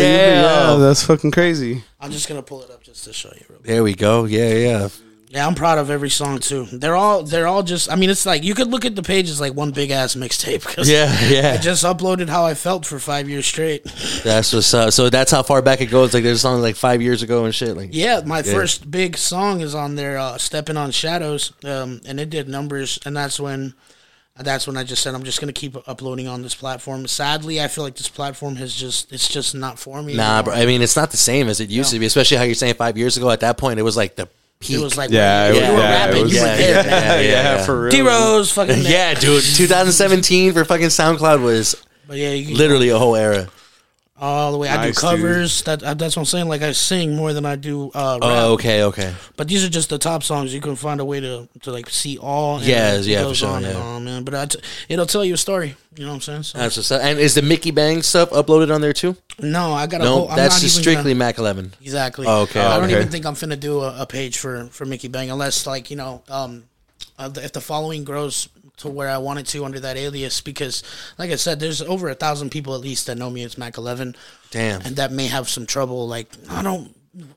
yeah, that's fucking crazy. I'm just gonna pull it up just to show you. Real quick. There we go. Yeah, yeah. Yeah, I'm proud of every song too. They're all they're all just. I mean, it's like you could look at the page as like one big ass mixtape. 'cause Yeah, yeah. I just uploaded how I felt for five years straight. (laughs) That's what's up. So that's how far back it goes. Like there's songs like five years ago and shit. Like Yeah, my first big song is on there, uh, "Stepping on Shadows," um, and it did numbers, and that's when, that's when I just said I'm just gonna keep uploading on this platform. Sadly, I feel like this platform has just it's just not for me. Nah, anymore. bro. I mean, it's not the same as it used to be, especially how you're saying five years ago. At that point, it was like the peak. It was like Yeah, you it were was- yeah, it rapping, you was- were yeah, there, yeah, (laughs) man. yeah, yeah. for (laughs) real. D Rose, fucking (laughs) Yeah, dude. 2017 for fucking SoundCloud was But yeah, you can literally a whole era. all the way. I do Nice, dude. covers. That uh, that's what I'm saying. Like I sing more than I do uh, rap. Oh, okay, okay. But these are just the top songs. You can find a way to, to like see all. and Yeah, it yeah, for goes sure, on and yeah. on, man. But I t- it'll tell you a story. You know what I'm saying? So, That's what's up. And is the Mickey Bang stuff uploaded on there too? no, I got a No, whole. I'm that's not just even gonna- strictly Mac 11. Exactly. Oh, okay, I don't okay. even think I'm finna do a, a page for for Mickey Bang unless like you know um uh, the, if the following grows to where I want it to under that alias because like I said there's over a thousand people at least that know me as Mac Eleven. Damn. And that may have some trouble. Like I don't.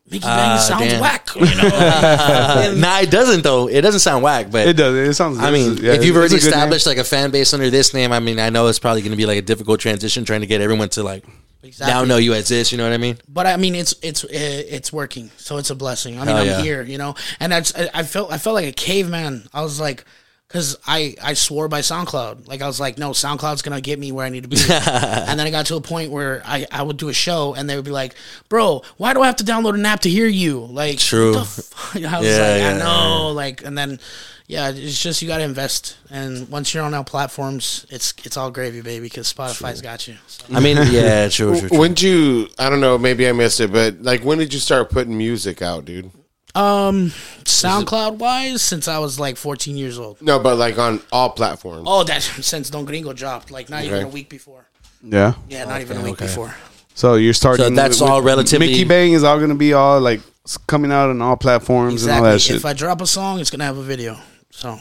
Mickey Ah, Bang sounds damn. whack. (laughs) You know. Uh, nah, it doesn't though. It doesn't sound whack, but It does. It sounds. I mean, yeah, if you've it's already a good name. established like a fan base under this name, I mean, I know it's probably going to be like a difficult transition trying to get everyone to like now Exactly. know you as this. You know what I mean? but I mean, it's it's uh, it's working, so it's a blessing. I mean, Hell I'm yeah. here, you know, and I, just- I I felt I felt like a caveman. I was like, because I I swore by SoundCloud, like I was like, no, SoundCloud's gonna get me where I (laughs) need to be. and then I got to a point where I I would do a show, and they would be like, bro, why do I have to download an app to hear you? Like, True. what the fu- (laughs) I was Yeah, like, yeah, I know, like, and then. Yeah, it's just you got to invest, and once you're on our platforms, it's it's all gravy, baby, because Spotify's got you. So. I mean, (laughs) yeah, true, true, true. When did you? I don't know. Maybe I missed it, but like, when did you start putting music out, dude? Um, SoundCloud wise, since I was like 14 years old. No, but like on all platforms. Oh, that's (laughs) since Don Gringo dropped, like not even Okay. a week before. Yeah. Yeah, not even a week okay. before. So you're starting. So that's all relatively- Mickey Bang is all going to be all like s- coming out on all platforms and all that Exactly. shit. If I drop a song, it's gonna have a video. So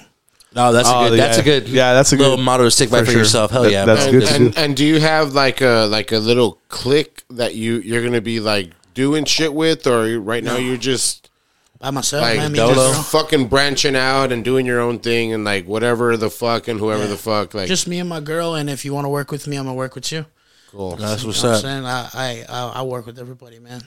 No, that's Oh, a good. That's yeah. a good. Yeah, that's a little good- motto to stick by for for sure. yourself. Hell That- yeah, that's bro. good. and, and, and do you have like a like a little click that you you're gonna be like doing shit with, or you- right now you're just by myself, like man, me and Dolo. just, just fucking branching out and doing your own thing and like whatever the fuck and whoever the fuck like just me and my girl. And if you want to work with me, I'm gonna work with you. cool. That's what's You know what I'm up. saying I, I I I work with everybody, man.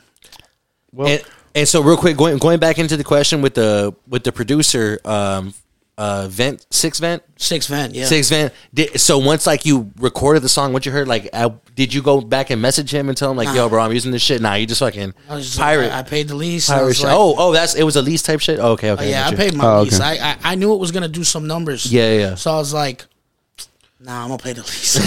And, and so, real quick, going going back into the question with the with the producer, um, uh, vent six vent Six vent, yeah. six vent. Did, so once like you recorded the song, what you heard, like, uh, did you go back and message him and tell him like, yo, bro, I'm using this shit? Nah, you just fucking I was just like, pirate. I, I paid the lease. I pirate was shit. like, oh, oh, that's it was a lease type shit. okay, okay. yeah, got I you. paid my Oh, lease. okay. I, I I knew it was gonna do some numbers. Yeah, yeah. So I was like, Nah, I'm gonna pay the lease.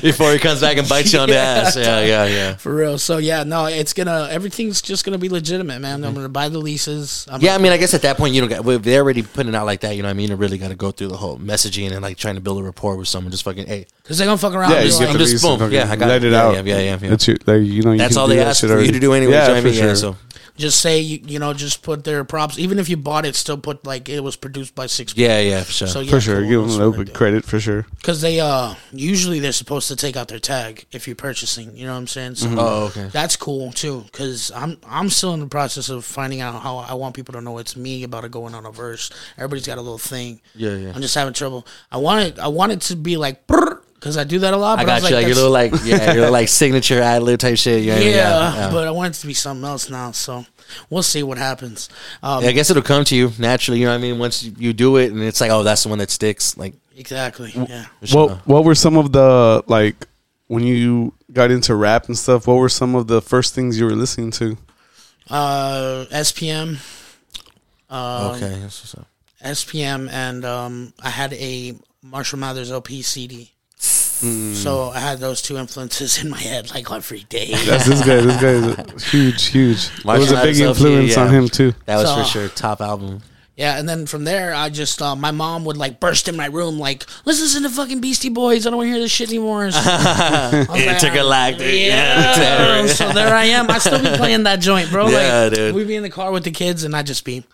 (laughs) (laughs) before he comes back and bites you on the ass. Yeah, yeah, yeah. For real. So yeah, no, it's gonna everything's just gonna be legitimate, man. Mm-hmm. I'm gonna buy the leases. I'm Yeah, I mean, I guess at that point you don't. Got, well, if they're already putting it out like that, you know. what I mean, you really got to go through the whole messaging and like trying to build a rapport with someone. Just fucking, hey, because they're gonna fuck around. yeah, They're you just- get like, I'm the just- reason, boom, fucking yeah, I got let it. it Yeah, out. yeah, yeah, yeah, yeah. That's your, like you know. You that's can all do they that ask for shit you already. to do anyway. Yeah, Yeah, I for mean, yeah, sure. so just say you, you know just put their props. Even if you bought it, still put like it was produced by six. yeah, yeah, for sure. So yeah, for sure, give them a little bit credit for sure. because they uh usually they're supposed to take out their tag if you're purchasing. You know what I'm saying? So oh, okay. that's cool too. Because I'm I'm still in the process of finding out how I want people to know it's me about it going on a verse. Everybody's got a little thing. Yeah, yeah. I'm just having trouble. I wanted I wanted to be like because I do that a lot. But I I got was you. Like, your that's- little like, yeah, your little (laughs) like signature ad lib type shit. Yeah, yeah. yeah, yeah. but I want it to be something else now. So we'll see what happens. Um, I guess it'll come to you naturally. You know what I mean? Once you- you do it, and it's like, oh, that's the one that sticks. Like, Exactly. Mm-hmm. Yeah. What What were some of the like when you got into rap and stuff? What were some of the first things you were listening to? Uh, SPM, uh, okay, that's what's up. SPM, and um, I had a Marshall Mathers LP CD. Mm. So I had those two influences (laughs) in my head like every (laughs) day. That's this guy. This guy (laughs) is huge, huge. It was Marshall a big Mathers LP, influence on yeah. him too. That was for So- sure top album. yeah, and then from there, I just uh, my mom would like burst in my room like, "Let's listen to fucking Beastie Boys. I don't want to hear this shit (laughs) anymore." So, I was like, "Ah, galactic. (laughs) Yeah. so there I am. I still be playing that joint, bro. Yeah, like, dude. We be in the car with the kids, and I just be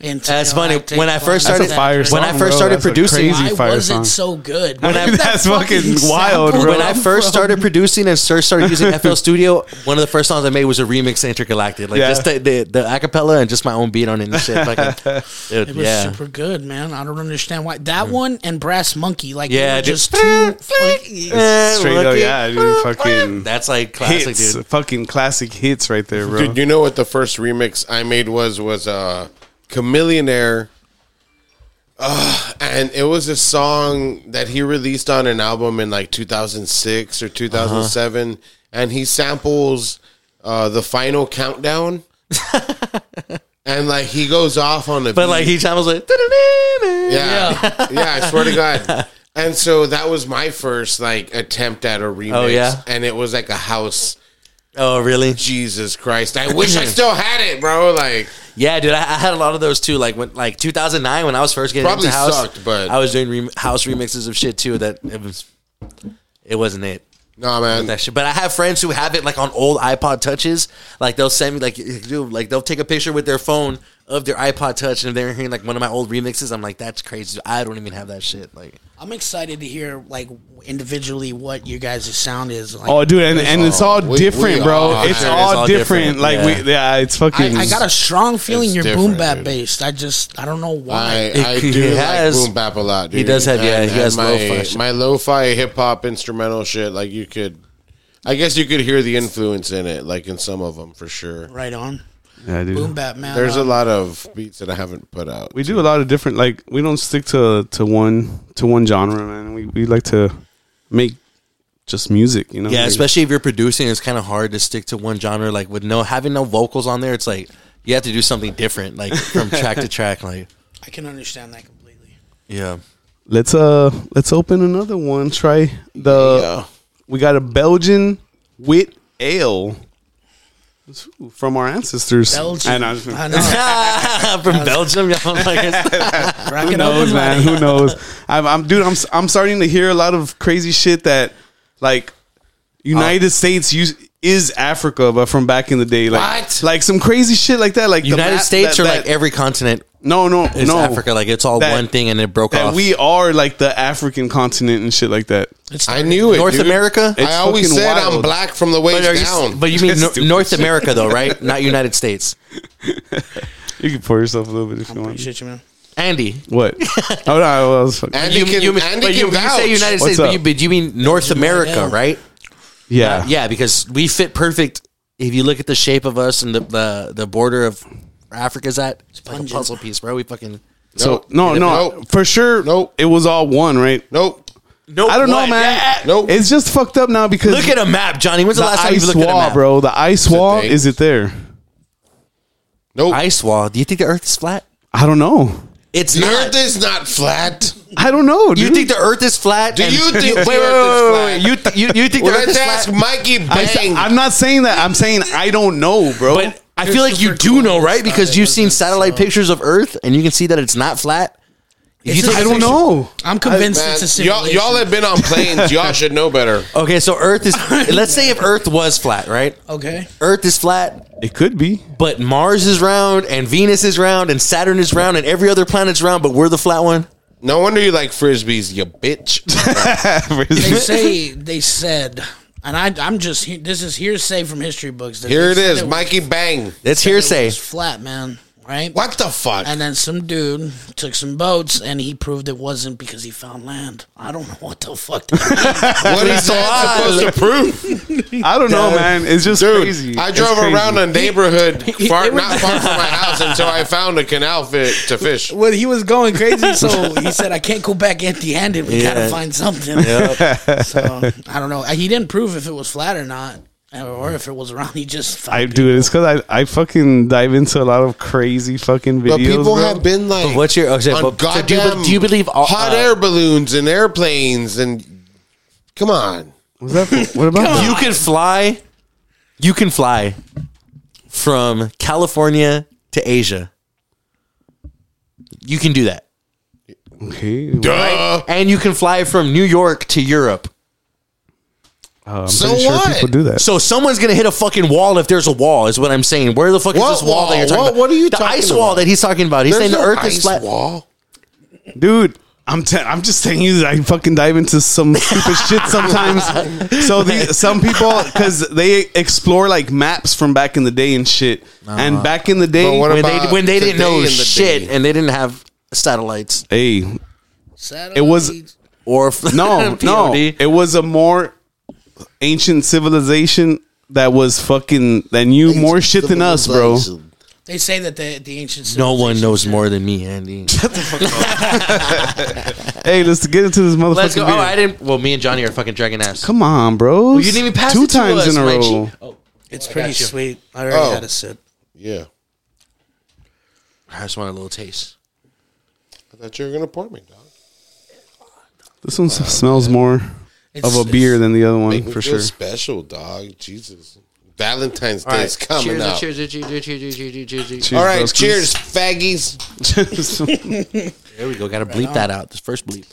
until That's funny. take When I first fucking started, a fire when I song, first bro. started That's a Why producing, crazy fire was song. it so good? When I- Where did (laughs) that That's fucking sample wild, bro. come when I first from? started producing and first started (laughs) using FL Studio, one of the first songs I made was a remix to Intergalactic, like Yeah. just the, the, the acapella and just my own beat on it and shit. (laughs) Fucking, dude, It was yeah, super good, man. I don't understand why that one and Brass Monkey, like, Yeah, yeah, dude. just two. (laughs) Eh, Straight up, lucky. yeah, dude, (laughs) fucking That's like classic, hits, dude. fucking classic hits right there, bro. Dude, you know what the first remix I made was was uh Chameleonaire. Uh, and it was a song that he released on an album in like 2006 or Uh-huh. 2007 and he samples uh the final (laughs) countdown. and like he goes off on the But like he was like, (laughs) "Da-da-da-da." yeah. (laughs) yeah, I swear to (laughs) God. And so that was my first like attempt at a remix. Oh, yeah? And it was like a house. oh really? Jesus Christ. I wish (clears throat) I still had it, bro. Like Yeah, dude, I, I had a lot of those too. Like when, like 2009, when I was first getting Probably into house, sucked, but- I was doing rem house remixes of shit too. That it was, it wasn't it. No man. That shit. But I have friends who have it like on old iPod touches. Like they'll send me like, dude, like they'll take a picture with their phone of their iPod touch, and if they're hearing like one of my old remixes, I'm like, that's crazy. I don't even have that shit. Like, I'm excited to hear like individually what your guys' sound is. Like, Oh, dude, and, and it's all we- different, we bro. are- it's It's all all different. different, Like, we, yeah, it's fucking. I, I got a strong feeling It's you're boom different, bap dude. based. I just I don't know why. I, I He do has- like boom bap a lot, dude. he does have- yeah, he has my, lo-fi shit. My lo-fi hip hop instrumental shit, like you could, I guess you could hear the influence in it, like in some of them for sure. right on, yeah, dude. boom bap man. There's a Um, lot of beats that I haven't put out. We do a lot of different. Like, we don't stick to to one to one genre, man. We we like to make just music, you know. yeah, Like, especially if you're producing, it's kind of hard to stick to one genre. Like with no having no vocals on there, it's like you have to do something different, like from track to track. Like, I can understand that completely. (laughs) yeah. Let's uh, let's open another one. Try the. We got a Belgian wit ale It's from our ancestors. Belgium, And I- I (laughs) know. from Belgium, y'all. Like, (laughs) who Rock it up, knows, everybody. (laughs) man? Who knows? I'm, I'm, dude. I'm, I'm starting to hear a lot of crazy shit that, like, United States use, is Africa, but from back in the day, like, What? like some crazy shit like that, like the United map States that- or that- like every continent no, no, is no, Africa. Like it's all That- one thing, and it broke that off. we are like the African continent and shit like that. I knew it. North dude. America? I always fucking said wild. I'm black from the waist but, are down. you, but you (laughs) mean That's Nor- stupid North America though, right? Not United States. You can pour yourself a little bit if you want. Appreciate you, man. Andy, What? oh no, I was fucking- Andy you, can, you, mean- Andy but you, can you say vouch. United What's States, but up? you, but you mean North America, down. right? yeah, Yeah, because we fit perfect. If you look at the shape of us and the the, the border of where Africa's at, it's like a Pungent. puzzle piece, bro. We fucking So no, no, Nope. for sure, Nope. It was all one, right? Nope. no. I don't know, man. Nope. It's just fucked up now because Look at a map, Johnny. When's the, the last time you ice looked at a wall, map, bro. The ice wall thing. is it there? Nope. Ice wall. Do you think the Earth is flat? I don't know. It's the not. earth is not flat. I don't know. you dude. think the Earth is flat? Do and- (laughs) you think Wait, the wait, Earth wait, is wait, wait. You th- you (laughs) you think Well, the Earth let's ask is flat? Mikey I, Bang. am not saying that. I'm saying I don't know, bro. But I feel like you do know, right? Because you've seen uh, satellite pictures of Earth, and you can see that it's not flat. If you It's think- a- I don't know. I'm convinced Man, it's a y'all, simulation. y'all have been on planes. Y'all should know better. Okay, so Earth is. (laughs) let's say if Earth was flat, right? okay. Earth is flat, It could (laughs) be. but Mars is round, and Venus is round, and Saturn is round, and every other planet's round, but we're the flat one. No wonder you like frisbees, you (laughs) bitch. They say they said, and I I'm just he- this is hearsay from history books. that Here they it said is, was- Mikey Bang. That's it hearsay. was flat, man. Right. What the fuck? And then some dude took some boats and he proved it wasn't because he found land. I don't know what the fuck. That What is that It's a supposed to prove, I don't know, man. It's just dude? crazy. I It's drove crazy. around a neighborhood he- far, it was- not far from my house until I found a canal fit (laughs) to fish. well, he was going crazy, so (laughs) he said, "I can't go back empty-handed. We Yeah. gotta find something." (laughs) So I don't know. Uh, He didn't prove if it was flat or not, uh, or if it was round. (laughs) He just found I it. do it's because I, I fucking dive into a lot of crazy fucking videos. But people bro. have been like, But what's your- okay, on but- so do you be- goddamn do you believe all- hot uh, air balloons and airplanes and come on? Was that for- what about? that? you can fly. You can fly from California to Asia. You can do that. Okay. Duh. and you can fly from New York to Europe. Uh, I'm So pretty what? sure people do that. So someone's gonna hit a fucking wall if there's a wall, is what I'm saying. Where the fuck is What this wall, that you're wall? talking What- about? what are you the talking ice wall about? that he's talking about? He's There's saying no the earth ice is flat. wall. dude. I'm te- I'm just saying you. I fucking dive into some stupid shit sometimes. So the, some people because they explore like maps from back in the day and shit. Uh-huh. And back in the day, But what When they about when they didn't today know and the shit day? and they didn't have satellites hey, Satellite. it was or (laughs) no no. POD. It was a more ancient civilization that was fucking that knew more shit than us, bro. They say that the the ancient. No one knows more than (laughs) me, Andy. Hey, let's get into this motherfucking. Let's go. beer. Oh, I didn't. Well, me and Johnny are fucking dragging ass. Come on, bro. you didn't even pass two it to times us, in a my row. G. It's pretty you. sweet. I already Oh. had a sip. Yeah. I just want a little taste. I thought you were gonna pour me, dog. This one s- smells more of It's- a beer than the other one Make me for feel sure. special, dog. Jesus. Valentine's Day is coming Cheers, up. cheers, cheers, cheers, cheers, cheers, cheers, cheers, cheers. All right, Broskies. cheers, faggies. (laughs) (laughs) There we go. Got to bleep that out. This first bleep.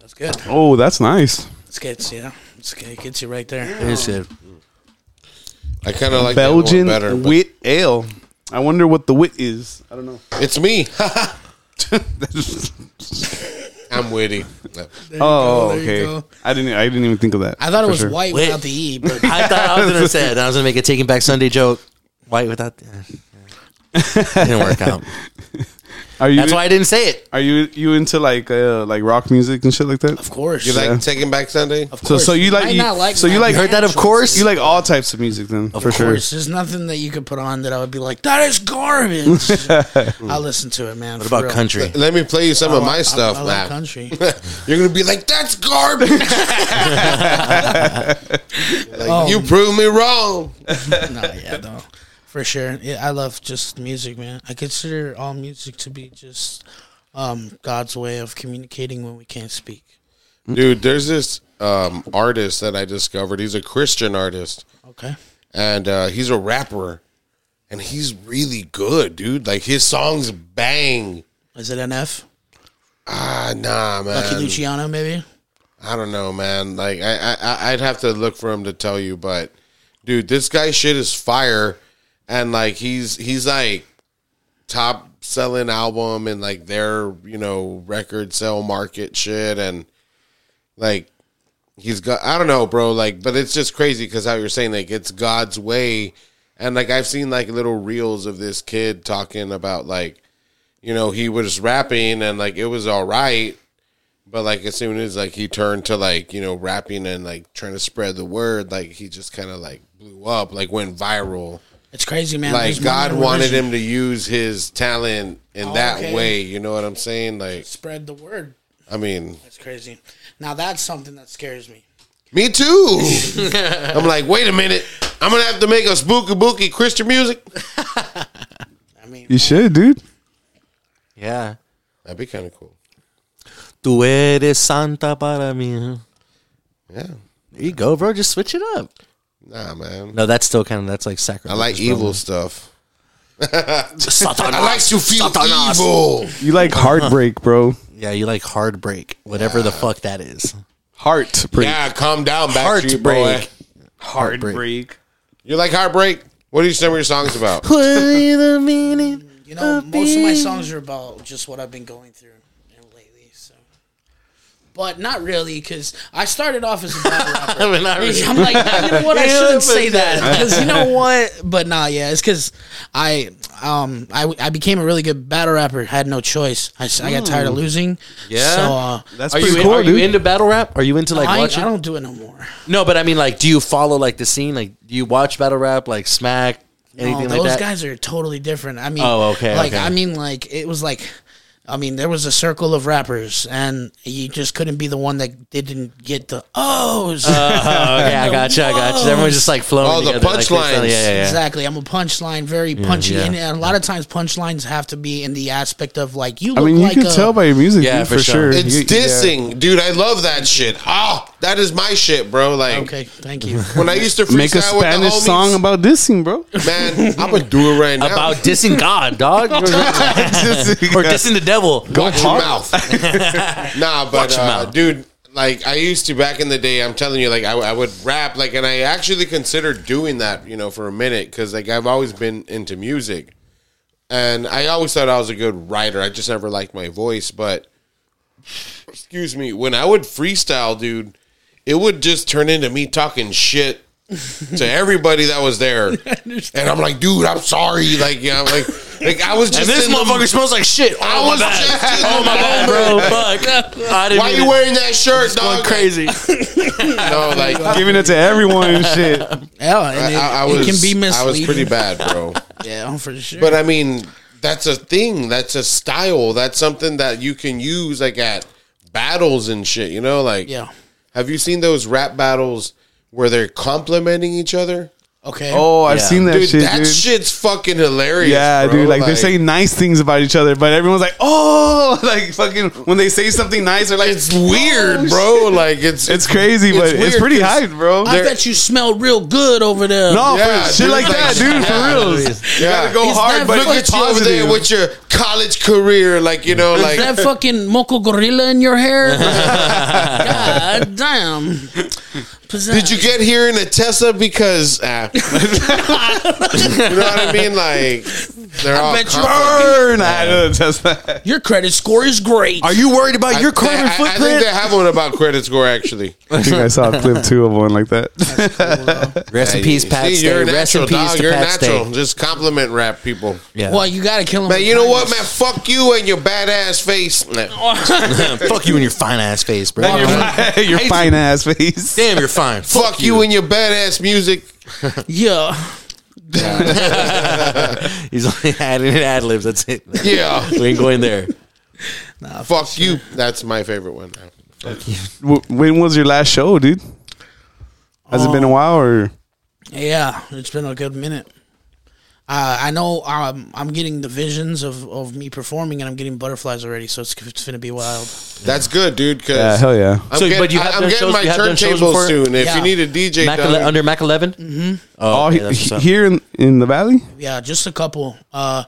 That's good. oh, that's nice. It's good. Yeah, it's good. It gets you right there. It's a I kind of like Belgian that one better. wit ale. I wonder what the wit is. I don't know. but It's (laughs) me. I'm witty. oh, there you okay. go. I didn't. I didn't even think of that. I thought it for was sure. white Wait. without the (laughs) e, but I thought I was gonna say it. I was gonna make a Taking Back Sunday joke. White without. didn't work (laughs) out. Are you? That's why I didn't say it. Are you you into like uh, like rock music and shit like that? of course. You like Taking Back Sunday? So so you like, might you, not like so you that. like You heard that, of course? you like all types of music then for Of course, there's nothing that you could put on that I would be like, that (laughs) is garbage. I listen to it, man. What about country? Let me play you some of my stuff, I, man. love country. (laughs) (laughs) You're gonna be like, "That's (laughs) garbage." Like, you prove me wrong. no, yeah, no, for sure. Yeah, I love just music, man. I consider all music to be just um, God's way of communicating when we can't speak. Dude, there's this um, artist that I discovered. He's a Christian artist, Okay, and uh, he's a rapper, and he's really good, dude. Like his songs bang. is it an F? Ah, nah, man. Um, Lucky Luciano, maybe. I don't know, man. Like I, I- I, I'd have to look for him to tell you, but dude, this guy shit is fire, and like he's he's like top selling album and like their you know record sale market shit, and like he's got I don't know, bro. Like, but it's just crazy because how you're saying like it's God's way, and like I've seen like little reels of this kid talking about like you know he was rapping and like it was all right. But like as soon as like he turned to like you know rapping and like trying to spread the word, like he just kind of like blew up, like went viral. It's crazy, man. Like There's God one wanted religion. him to use his talent in Okay. that way. You know what I'm saying? Like spread the word. I mean, That's crazy. Now that's something that scares me. me too. (laughs) I'm like, wait a minute, I'm gonna have to make a spooky booky Christian music. I mean, You should, dude. Yeah. That'd be kind of cool. Tu eres santa para mí. Yeah, There you go, bro. Just switch it up. nah, man. No, that's still kind of that's like sacrifice. I like evil stuff. Satanas. I like to feel Satanas. evil. You (laughs) like heartbreak, bro. Yeah, you like heartbreak, whatever the fuck that is. Heartbreak. Yeah, calm down, back to you, boy. Heartbreak. Heartbreak. You like heartbreak? What are some of your songs about? What is the meaning? you know, most of my songs are about just what I've been going through and lately. So, but not really, because I started off as a (laughs) battle rapper. I mean, not really. (laughs) I'm like, nah, you know what? I Yeah, shouldn't but- say that because you know what? But nah, yeah, it's because I, um, I, I became a really good battle rapper. Had no choice. I, s- I got tired of losing. Mm. Yeah. so uh, That's Are pretty you, in- cool, are dude. you into battle rap? Are you into like I, I watching? don't do it no more. No, but I mean, like, do you follow like the scene? Like, do you watch battle rap? Like, smack No, anything Oh, those like that? guys are totally different. I mean, Oh, okay, Like okay. I mean, like it was like, I mean, there was a circle of rappers, and you just couldn't be the one that didn't get the (laughs) ohs. Oh, okay, I gotcha, I gotcha. Everyone's just like flowing. Oh, the together, like, punchlines. yeah, yeah, yeah. Exactly. I'm a punchline, very punchy, yeah. and, and a lot of times punchlines have to be in the aspect of like you. I Look mean, you like can a, tell by your music, Yeah, dude, for for, sure. sure. It's You- yeah. dissing, dude. I love that shit. Ah, that is my shit, bro. Like (laughs) Okay, (laughs) thank you. when I used to freestyle Make a with the Spanish homies, song about dissing, (laughs) bro. man. I'm gonna do it right now. About dissing God, dog, (laughs) or dissing the devil. (laughs) watch your mouth. nah, but (laughs) Watch your uh, mouth. dude, like I used to back in the day. I'm telling you, like I, I would rap, like, and I actually considered doing that, you know, for a minute because like I've always been into music, and I always thought I was a good writer. I just never liked my voice, but excuse me, when I would freestyle, dude, it would just turn into me talking shit. to everybody that was (laughs) there, and I'm like, dude, I'm sorry. Like, yeah, I'm like, like I was just And this in the- motherfucker smells like shit. Oh, I my was bad. just in oh, the my bad, (laughs) bro. Fuck. I didn't Why mean you it. wearing that shirt, Going dog? crazy. No, like Giving it to everyone and shit. (laughs) Yeah, and it, I, I it was, can be misleading. I was pretty bad, bro. Yeah, for sure. but I mean, that's a thing. That's a style. That's something that you can use, like at battles and shit. You know, like yeah. Have you seen those rap battles where they're complimenting each other? Okay. Oh, I've Yeah. seen that dude, shit, that dude. shit's fucking hilarious. yeah, bro. dude. Like, they're saying nice things about each other, but everyone's like, "Oh, (laughs) like fucking." When they say something nice, they're like, it's weird, bro. Like it's Oh, It's crazy, but it's weird pretty 'cause hyped, bro. I bet you smell real good over there. no, Yeah, for shit dude, like like- that, dude. yeah. (laughs) For reals, you gotta Yeah. go He's hard, not but Look fucking it's at you over positive. there with your college career, like you know, like Is that fucking moco gorilla in (laughs) your hair? (laughs) God damn. Pizzazz. Did you get here in a Tesla because uh, (laughs) you know what I mean? Like they're all bet you com- burn. I don't test that. Your credit score is great. Are you worried about your They- carbon I, I think footprint? they have one about credit score actually. I think I saw (laughs) a clip too of one like that. (laughs) Rest in Yeah, peace, you- Pat see, Stay. Rest in peace to You're Pat natural. Stay. Just compliment rap people. Yeah. well, you gotta kill him. Man, you know what, man? Fuck you and your badass face. Nah. Fuck you and your fine ass face, bro. your fine, your fine ass face. Damn, you're fine. Fuck, Fuck you and your badass music. Yeah. (laughs) He's only adding in ad libs. That's it. (laughs) Yeah. we ain't going there. Fuck you. That's my favorite one. W- When was your last show, dude? Has it been a Um, while or? Yeah, it's been a good minute. Uh, I know um, I'm getting the visions of, of me performing, and I'm getting butterflies already. So it's, it's gonna be wild. That's good, dude. Cause Yeah, hell yeah. I'm So, getting, but you have I, am done getting shows- my you have done turntables shows before? soon. If Yeah. you need a DJ, Mac dog, Mm. ele- under Mac 11? Mm-hmm. Oh, All okay, he- that's what's up. here in, in the valley. Yeah, just a couple uh,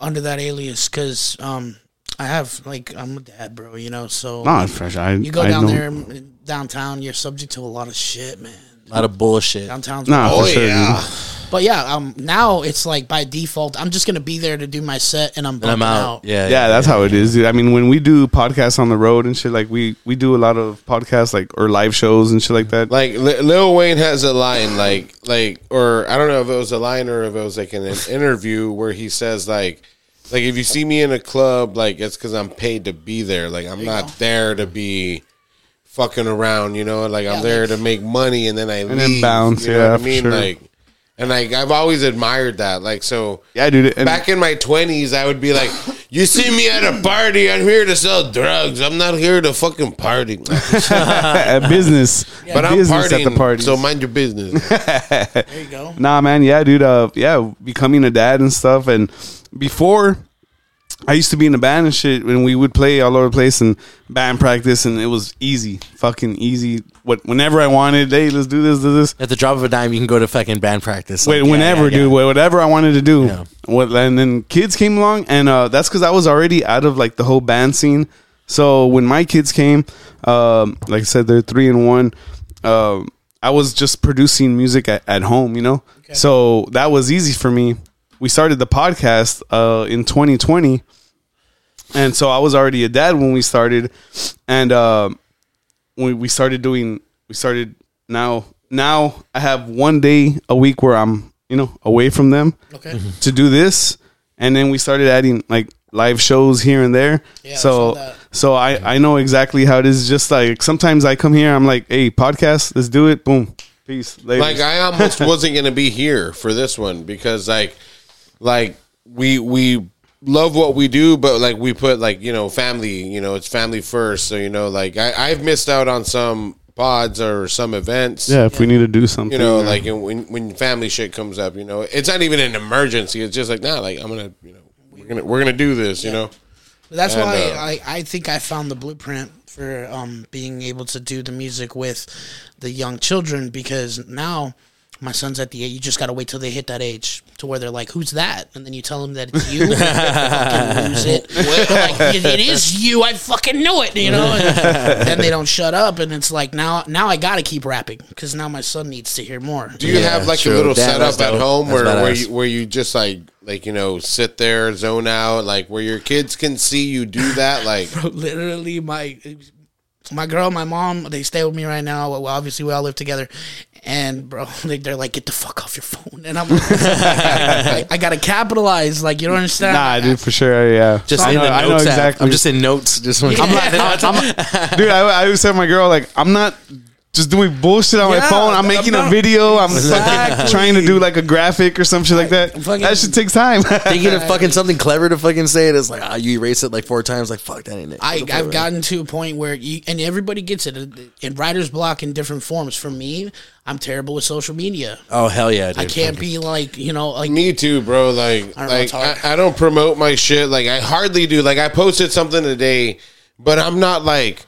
under that alias, cause um, I have like I'm a dad, bro. You know, so Nah, fresh. I you go I down know. there mm, downtown, you're subject to a lot of shit, man. a lot of bullshit. Downtown's Nah, Oh, for sure. yeah. Dude. But yeah, um, now it's like by default, I'm just gonna be there to do my set, and I'm And I'm bumping out. out. Yeah, Yeah, that's how it is, dude. I mean, when we do podcasts on the road and shit, like we we do a lot of podcasts, like or live shows and shit like that. Like Li- Lil Wayne has a line, like like, or I don't know if it was a line or if it was like in an interview where he says like, like if you see me in a club, like it's because I'm paid to be there. Like I'm not there to be fucking around, you know. Like I'm there to make money and then I leave. then bounce, you yeah, know what I for mean, sure. like, and like I've always admired that. Like so, yeah, dude. And back in my 20s, I would be like, You see me at a party, I'm here to sell drugs. I'm not here to fucking party. (laughs) (laughs) (laughs) But at business, I'm business partying, at the party. so mind your (laughs) business. There you go. Nah, man. Yeah, dude. Uh, yeah, becoming a dad and stuff. And before, I used to be in a band and shit, and we would play all over the place and band practice, and it was easy, fucking easy. What whenever I wanted, hey, let's do this, do this. At the drop of a dime, you can go to fucking band practice. Wait, Like, yeah, whenever, yeah, yeah. dude, whatever I wanted to do. What and then kids came along, and uh, that's because I was already out of like the whole band scene. So when my kids came, um, like I said, they're three and one. Um, I was just producing music at, at home, you know. So that was easy for me. We started the podcast uh, in 2020, and so I was already a dad when we started, and. um we, we started doing we started now now I have one day a week where I'm you know away from them Okay. to do this and then we started adding like live shows here and there Yeah, I saw so that. so I I know exactly how it is just like sometimes I come here I'm like hey podcast let's do it boom peace later. like, I almost wasn't going to be here for this one because, like, like we, we, Love what we do, but like we put like you know family, you know it's family first. So you know like I, I've missed out on some pods or some events. yeah if we need to do something you know, uh, like and when when family shit comes up, you know, it's not even an emergency. It's just like, nah, like I'm gonna, you know, we're gonna we're gonna do this, you know. But that's And, why uh, I, I think I found the blueprint for um, being able to do the music with the young children because now my son's at the age you just gotta wait till they hit that age to where they're like, "Who's that?" And then you tell them that it's you. and they fucking lose it. They're like, "It- it is you. I fucking knew it. You know. And then they don't shut up, and it's like now, now I gotta keep rapping because now my son needs to hear more. Do you Yeah, have like true. a little Damn, that's setup at dope. home That's where, where badass. you where you just like like you know sit there zone out like where your kids can see you do (laughs) that like literally my my girl, my mom, they stay with me right now. Well, obviously, we all live together. And bro, (laughs) they, they're like, "Get the fuck off your phone!" And I'm, like, I, gotta capitalize. Like you don't understand. Nah, dude, for sure. Yeah, Just I in know, the I know notes app. exactly. I'm just in notes. Just when Yeah. (laughs) (laughs) dude. I, I always tell my girl like I'm not just doing bullshit on my Yeah, phone. I'm I'm making a not- video. I'm fucking Exactly. trying to do like a graphic or some shit like that. Fucking- that shit takes time. (laughs) (laughs) thinking of fucking something clever to fucking say it. It's like ah, you erase it like four times. Like fuck that ain't it. I, What the fuck, I've man? gotten to a point where you and everybody gets it in writer's block in different forms. For me, I'm terrible with social media. Oh hell yeah, dude. I can't be like you know like me too bro like I don't know, like it's hard. I, I don't promote my shit like I hardly do like I posted something today but I'm not like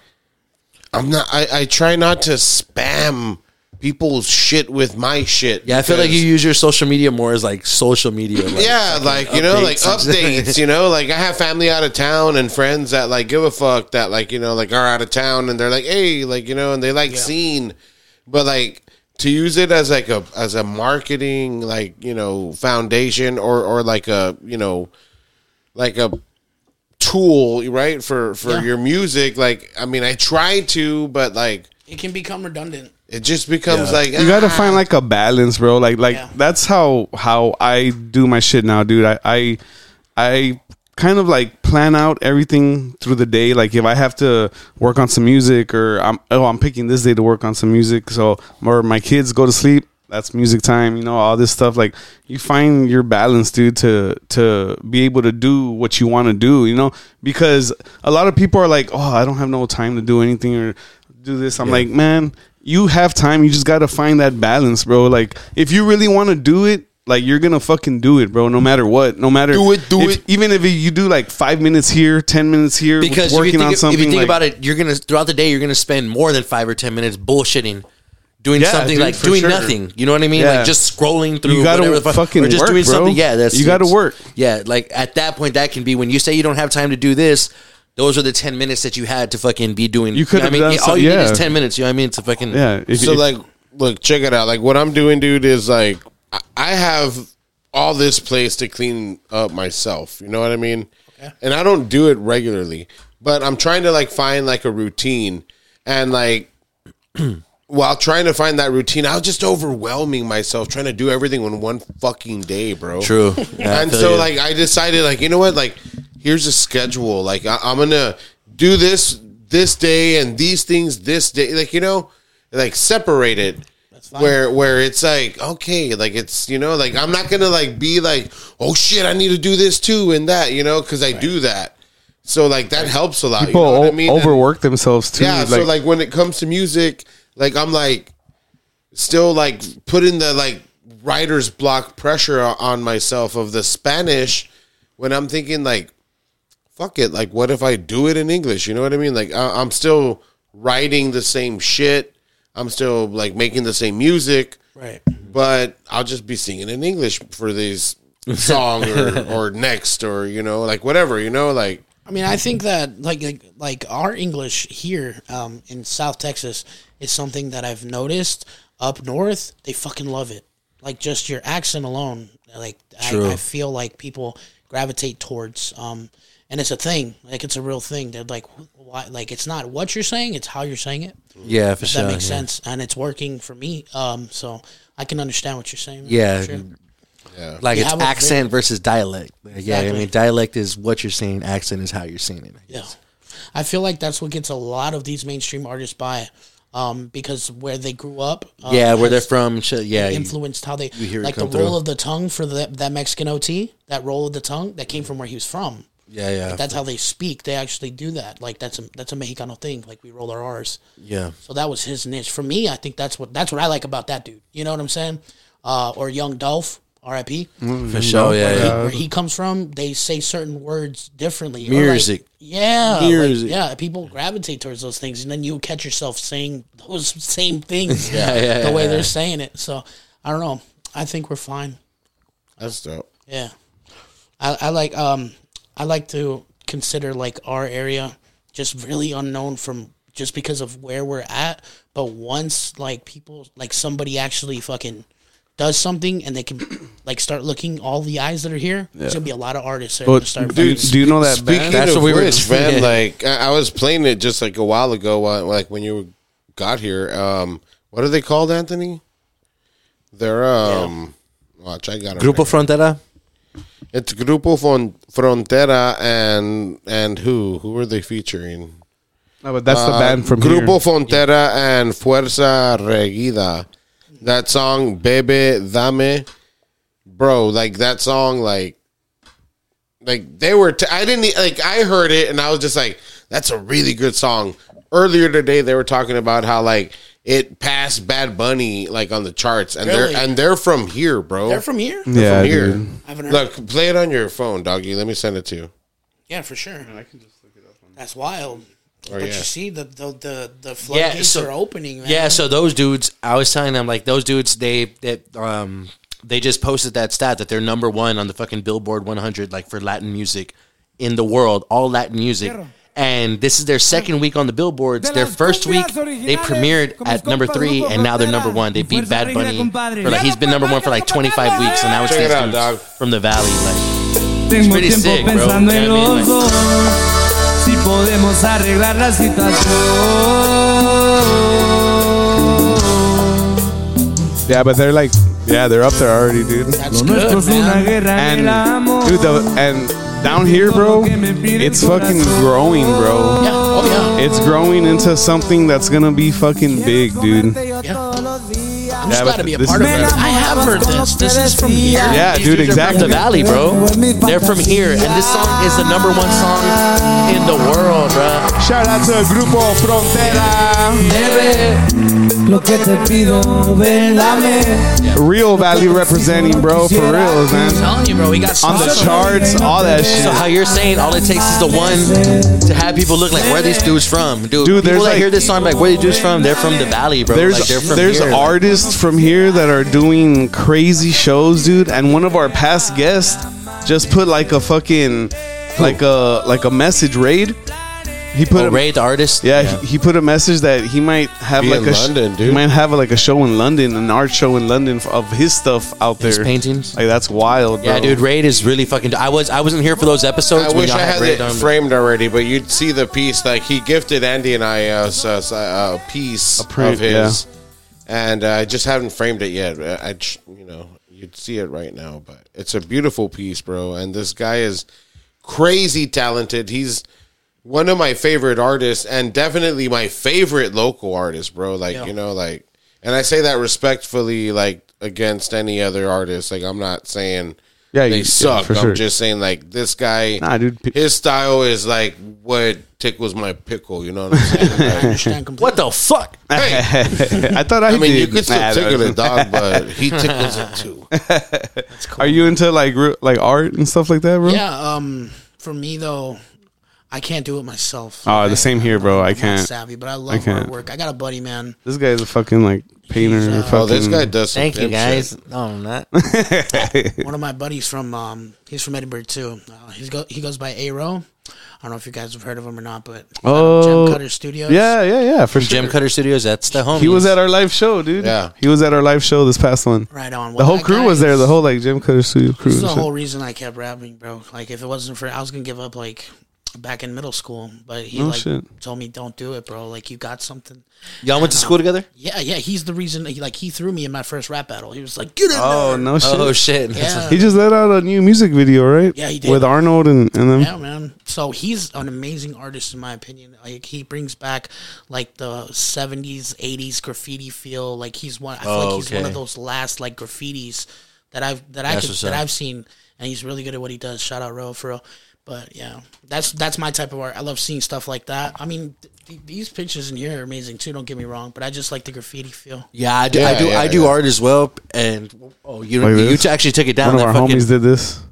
I'm not I, I try not to spam people's shit with my shit Yeah, I feel like you because- use your social media more as like social media. Like, yeah, like you know, like updates and- updates. You know, like I have family out of town and friends that like give a fuck that like you know like are out of town and they're like hey like you know and they like seen, but like to use it as like a as a marketing like you know foundation or or like a you know like a tool right for for Yeah. your music. Like I mean, I try to, but like it can become redundant. it just becomes like you gotta ah. find like a balance, bro. Like like Yeah. that's how how I do my shit now, dude. I I I kind of like plan out everything through the day. Like if I have to work on some music or I'm oh I'm picking this day to work on some music, so or my kids go to sleep. That's music time, you know, all this stuff. Like you find your balance, dude, to to be able to do what you want to do, you know? Because a lot of people are like, Oh, I don't have no time to do anything or do this. I'm like, man, you have time. You just gotta find that balance, bro. Like, if you really want to do it, like you're gonna fucking do it, bro. No matter what, no matter Do it, do if- it. Even if you do like five minutes here, ten minutes here, because because if you working think, on something. if you think like, about it, you're gonna throughout the day you're gonna spend more than five or ten minutes bullshitting, doing Yeah, something dude, like for doing sure. nothing. You know what I mean? Yeah. Like just scrolling through. You gotta whatever the fuck- fucking or just work, doing bro. something. Yeah, that's You gotta it's- work. Yeah, like at that point, that can be when you say you don't have time to do this. Those are the ten minutes that you had to fucking be doing. You know could've what I mean, done all some- you yeah. need is ten minutes. You know what I mean? To fucking yeah, if, so if- like look check it out like what i'm doing dude is like I- i have all this place to clean up myself you know what i mean and i don't do it regularly but i'm trying to like find like a routine and like (clears throat) while trying to find that routine i was just overwhelming myself trying to do everything in one fucking day bro (laughs) True. Yeah, I and feel so you. like I decided like you know what like here's a schedule like I, I'm gonna do this this day and these things this day like you know like separate it where where it's like okay like it's you know like I'm not gonna like be like oh shit I need to do this too and that you know because I do that so like that helps a lot people you know what I o- mean And- overwork themselves too. yeah, like, so like when it comes to music, like I'm like still like putting the like writer's block pressure o- on myself of the Spanish when I'm thinking like fuck it, like what if I do it in English? You know what I mean? Like I- I'm still writing the same shit. I'm still like making the same music, Right. but I'll just be singing in English for these song or, or next or you know like whatever you know like I mean, I think that like like, like our English here um, in South Texas is something that I've noticed. Up north, they fucking love it. Like just your accent alone, like I, I feel like people gravitate towards. Um, and it's a thing. Like it's a real thing. They're like, wh- why? Like it's not what you're saying; it's how you're saying it. yeah, for If sure. that makes yeah. sense, and it's working for me. Um, so I can understand what you're saying. Yeah. Sure. Like You it's have a accent versus dialect. Like, Yeah, I Exactly. mean dialect is what you're saying, accent is how you're saying it. Yeah. I feel like that's what gets a lot of these mainstream artists by um, because where they grew up. Um, Yeah, where they're has from. sh- Yeah, you- Influenced how they hear it like the come through. roll of the tongue for that that Mexican OT, that roll of the tongue that came from where he was from. yeah, yeah, That's how they speak. They actually do that. Like that's a that's a Mexicano thing. Like we roll our R's. yeah. So that was his niche. For me, I think that's what that's what I like about that dude. You know what I'm saying? Uh, or Young Dolph, R.I.P. For sure, yeah, He- Mm-hmm. yeah. uh, where he comes from, they say certain words differently. Or Music. like, yeah, like, Music. yeah. People gravitate towards those things, and then you catch yourself saying those (laughs) same (laughs) things yeah, the way yeah, they're saying it. So I don't know. I think we're fine. That's dope. Yeah, I, I like um I like to consider like our area just really unknown from just because of where we're at. But once like people like somebody actually fucking does something and they can (clears throat) like start looking all the eyes that are here, there's gonna be a lot of artists that are But gonna start. do, fucking- do you know that Speaking band? That's of what we were which, man, Yeah. like I, I was playing it just like a while ago, uh, like when you got here. Um, what are they called, Anthony? They're um, watch. I got 'em Grupo right here. Frontera. It's Grupo Fron- Frontera and and who who are they featuring? No, but that's the band from uh, Grupo Grupo. Frontera and Fuerza Regida. That song, Bebe Dame, bro, like that song, like, like they were. T- I didn't e- like. I heard it and I was just like, "That's a really good song." Earlier today, they were talking about how like it passed Bad Bunny like on the charts, and Really? they're and they're from here, bro. They're from here. Here. Yeah, from here. dude. I haven't heard. Look, play it on your phone, doggy. Let me send it to you. Yeah, for sure. I can just look it up. Oh, That's wild. but yeah. you see the the the, the floodgates so- are opening. Man. Yeah, so those dudes, I was telling them like those dudes, they that um they just posted that stat that they're number one on the fucking Billboard 100 like for Latin music in the world, all Latin music. And this is their second week on the billboards. Their first week, they premiered at number three, and now they're number one. They beat Bad Bunny. For like, he's been number one for like 25 weeks, and now it's Check it these out, dog. dudes from the valley. Like, Tengo pretty tiempo sick, bro. pensando Yeah, I en mean, los like- dos. Si podemos arreglar la situación. Yeah, but they're like, yeah, they're up there already, dude. that's Lo nuestro es good, una man. guerra en And el amor. dude, the, and down here, bro, it's fucking growing, bro. Yeah. Oh yeah. It's growing into something that's gonna be fucking big, dude. I'm just Yeah, glad but to be a this part of is- it. I have heard this. This is from here. Yeah, These dude, dudes are from the exactly. valley, bro. They're from here, and this song is the number one song in the world, bro. Shout out to Grupo Frontera, Lo que te pido, véndame. real valley representing, bro, for reals, man. I'm telling you, bro, we got On the charts, all that So how shit, you're saying all it takes is the one to have people look like where are these dudes from, dude? Dude, people there's that like- hear this song like where are these dudes from? They're from the valley, bro. There's like, they're from there's here. artists from here that are doing crazy shows, dude. And one of our past guests just put like a fucking like a like a message raid. He put oh, a- Ray, the artist. Yeah, He, he put a message that he might have Be like in a sh- London, dude. he might have like a show in London, an art show in London f- of his stuff out there. His paintings. like that's wild. Yeah, bro. dude, Raid is really fucking. I was I wasn't here for those episodes. I when wish y'all I had Raid it on, but- framed already, but you'd see the piece. Like he gifted Andy and I uh, a, a, piece print, of his, and uh, I just haven't framed it yet. Uh, I, j- you know, you'd see it right now, but it's a beautiful piece, bro. And this guy is crazy talented. He's one of my favorite artists, and definitely my favorite local artist, bro. Like you know, like, and I say that respectfully, like against any other artist. Like I'm not saying. Yeah, you- they yeah, suck. for I'm sure. just just saying like this guy Nah, dude. P- his style is like what tickles my pickle you know what (laughs) i'm saying (laughs) Like, What the fuck? hey, (laughs) I thought I, i mean did. you could still Nah, that tickle it wasn't- dog (laughs) but he tickles it too Are you into like re- like art and stuff like that, bro? Yeah, um, for me though, I can't do it myself. Oh, the same here, bro. I I'm not can't. savvy, but I love can't. artwork. I got a buddy, man. This guy's a fucking like painter. He's, uh, fucking, oh this guy does some Thank you pimp guys. shit. No, I'm not. One of my buddies from um, he's from Edinburgh too. Uh, he's go he goes by Aero. I don't know if you guys have heard of him or not, but Oh, Gem Cutter Studios. Yeah, yeah, yeah. For sure. Gem Cutter Studios. That's the home. He was at our live show, dude. Yeah. he was at our live show this past one. right on. The Well, whole that crew guy was there. is- The whole like Jim Cutter Studio crew. This is and the shit. whole reason I kept rapping, bro. Like if it wasn't for, I was gonna give up like back in middle school. But he No like Oh, shit. told me, "Don't do it, bro. Like you got something." Y'all went to (laughs) school together. Yeah, yeah. He's the reason. He, like he threw me in my first rap battle. He was like, "Get in Oh there." no shit! Oh shit. Yeah. He just let out a new music video, right? Yeah, he did. With Arnold and, and them. Yeah, man. So he's an amazing artist in my opinion. Like he brings back like the seventies, eighties graffiti feel. Like he's one I feel Oh, like he's one okay. of those last like graffitis that I've that I That's could, what's that up. I've seen and he's really good at what he does. Shout out Ro for real. But yeah. That's that's my type of art. I love seeing stuff like that. I mean th- th- these pictures in here are amazing too, don't get me wrong, but I just like the graffiti feel. Yeah, I do. I Yeah, do. yeah, I do yeah. art as well. And oh, you Like you this? actually took it down. One of that our fucking- (laughs) homies did this.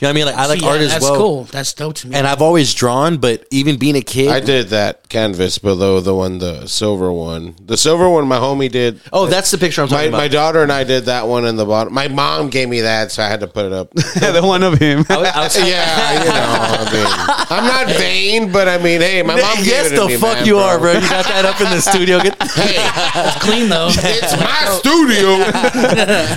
You know what I mean? Like I like See, art yeah, as that's well. cool. That's dope to me. And I've always drawn, but even being a kid, I did that canvas below the one, the silver one. The silver one, my homie did. oh, that's the picture I'm My, talking my about. daughter and I did that one in the bottom. My mom gave me that, so I had to put it up. the one of him. (laughs) (laughs) I (laughs) was- yeah, you know, I mean, I'm not vain, but I mean, hey, my mom gave (laughs) yes, it to the me, fuck man, you are, bro. You got that (laughs) up in the studio. Get- it's (laughs) clean though. It's Oh. my (laughs) studio.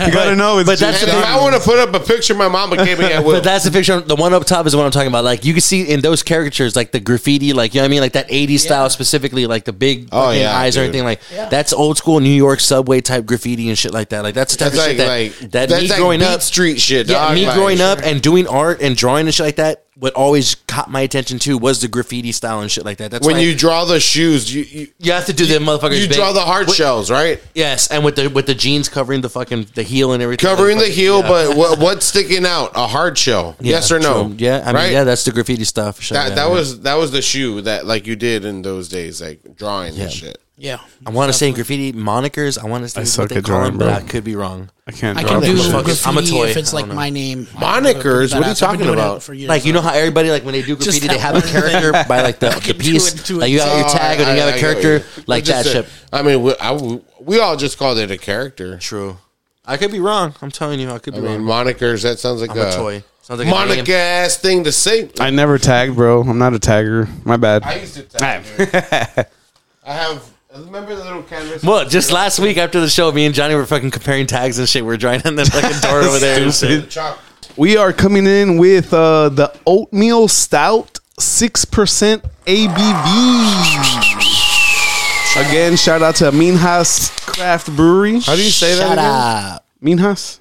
you gotta know. It's but that's just And if I want to put up a picture my mama gave me, (laughs) I will. But that's the picture. The one up top is what I'm talking about. Like you can see in those caricatures, like the graffiti, like you know what I mean, like that '80s style specifically, like the big Oh, fucking yeah, eyes or dude. anything. Like that's old school New York subway type graffiti and shit like that. Like that's the type That's of like, shit that like that that's me like growing Beat up, street shit. yeah, dog, me like- growing up and doing art and drawing and shit like that. What always caught my attention too was the graffiti style and shit like that. That's When why you draw the shoes, you you, you have to do the motherfuckers. you big- draw the hard shells, right? Yes, and with the with the jeans covering the fucking the heel and everything, Covering the Like, fucking- heel, but what, what's sticking out? A hard shell? Yeah, yes or no? true. Yeah, I mean, right? yeah, that's the graffiti stuff. Shit, that yeah, that yeah. was that was the shoe that like you did in those days, like drawing and shit. Yeah, I want to say graffiti monikers. I want to say suck what they at call drawing, them, but bro. I could be wrong. I can't. I draw can do for shit. fucking- graffiti I'm a toy. if it's I like don't know. my name. Monikers? What are you I've been talking doing that about? For years, Like you know how everybody like when they do graffiti, they that have a one character by (laughs) like the, the can do piece. it to like it. you have your Oh, tag, and I- you have I get a character you. like Just that. a- Shit. I mean, we, I, we all just called it a character. True. I could be wrong. I'm telling you, I could be I mean, wrong. monikers. That sounds like I'm a, a toy. Sounds like a Monica name. ass thing to say. I never tagged, bro. I'm not a tagger. My bad. I used to tag. her. (laughs) I have. Remember the little canvas? Well, just last week after the show, me and Johnny were fucking comparing tags and shit. We are drawing on (laughs) the fucking door over there. and shit. Chalk. We are coming in with uh, the oatmeal stout, six percent ABV. Again, shout out to Minhas Craft Brewery. How do you say that? Shut Again? up. Minhas?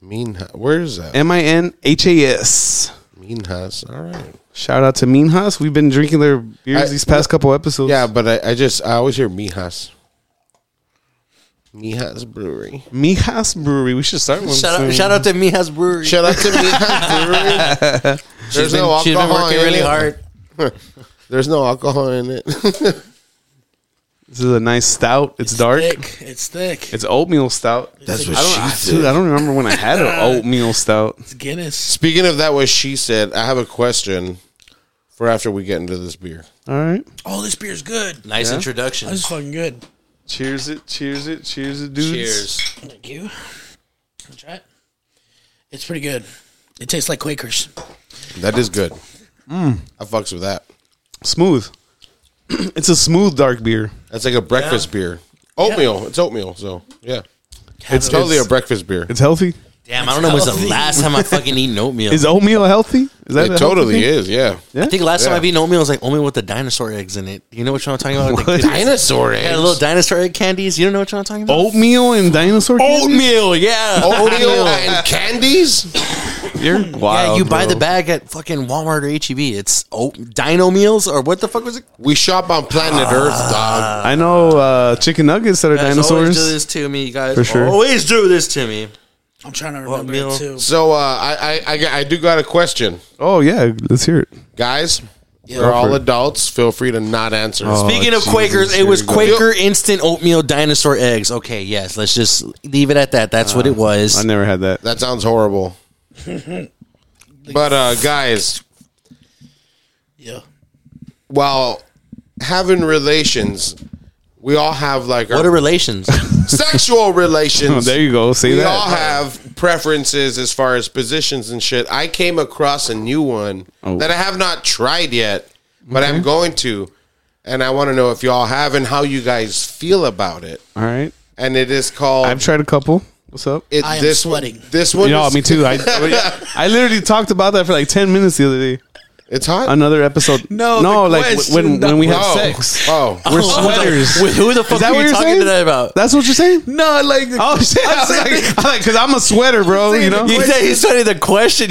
Mean. Where is that? M I N H A S. Mean house. All right. Shout out to Minhas. We've been drinking their beers I- these past couple episodes. Yeah, but I, I just I always hear Mijas. Mijas Brewery. Minhas Brewery. We should start with Shout some- out, shout out to Mijas Brewery. Shout out to Mijas Brewery. (laughs) There's she's been, no she's been alcohol working in really it. hard. There's no alcohol in it. (laughs) This is a nice stout. It's, dark. Thick. It's thick. It's oatmeal stout. That's what I don't, I, dude, I don't remember when I had an oatmeal stout. It's Guinness. Speaking of that, what she said, I have a question for after we get into this beer. All right. Oh, this beer's good. Nice introduction. This is fucking good. Cheers it, cheers it, cheers it, dudes. Cheers. Thank you. Wanna Try it. It's pretty good. It tastes like Quakers. That is good. I fucks with that. Smooth. (clears throat) it's a smooth dark beer. That's like a breakfast beer. Oatmeal. It's oatmeal. So yeah, it's it. totally It's- a breakfast beer. It's healthy. Damn, I don't know when's the last time I fucking eaten oatmeal. Is oatmeal healthy? Is that It totally is. Yeah. Yeah. I think last Yeah. time I've eaten oatmeal was like oatmeal with the dinosaur eggs in it. You know what I'm talking about? Like, What? the- Dinosaur yeah, eggs. little dinosaur egg candies. You don't know what I'm talking about? Oatmeal and dinosaur. candy? oatmeal, yeah. Oatmeal and candies. You're Yeah, wild, you buy bro. the bag at fucking Walmart or HEB. It's oat dino meals or what the fuck was it? We shop on planet Ah. Earth, dog. I know uh, chicken nuggets that are Always do dinosaurs. this to me, you guys. For sure. Always do this to me. I'm trying to remember meal? it too. So uh, I, I I got- I do got a question, Oh yeah, let's hear it. guys. We're all adults. Feel free to not answer. Speaking of Oh, Jesus, Quakers, here it was we go. Quaker instant oatmeal dinosaur eggs. Okay, yes, let's just leave it at that. That's what it Uh, I was. never had that. That (laughs) sounds horrible. but uh, guys, Yeah. while having relations, we all have like What our (laughs) are relations? sexual relations. Oh, there you go. Say we that. all have preferences as far as positions and shit. I came across a new one Oh. that I have not tried yet, but I'm going to, and I want to know if y'all have and how you guys feel about it. all right. And it is called. I've tried a couple. What's up? it, I am this sweating. One, this one. no, is- me (laughs) too. I I literally talked about that for like ten minutes the other day. It's hot. Another episode. No, no, the like question, when when we have oh. sex, (laughs) Oh, we're sweaters. With who the fuck Is that are what you you're talking saying? to that about? That's what you're saying? No, like Oh shit! I (laughs) was like, I like, cause I'm a sweater, bro. Oh, You know. You said he started the question,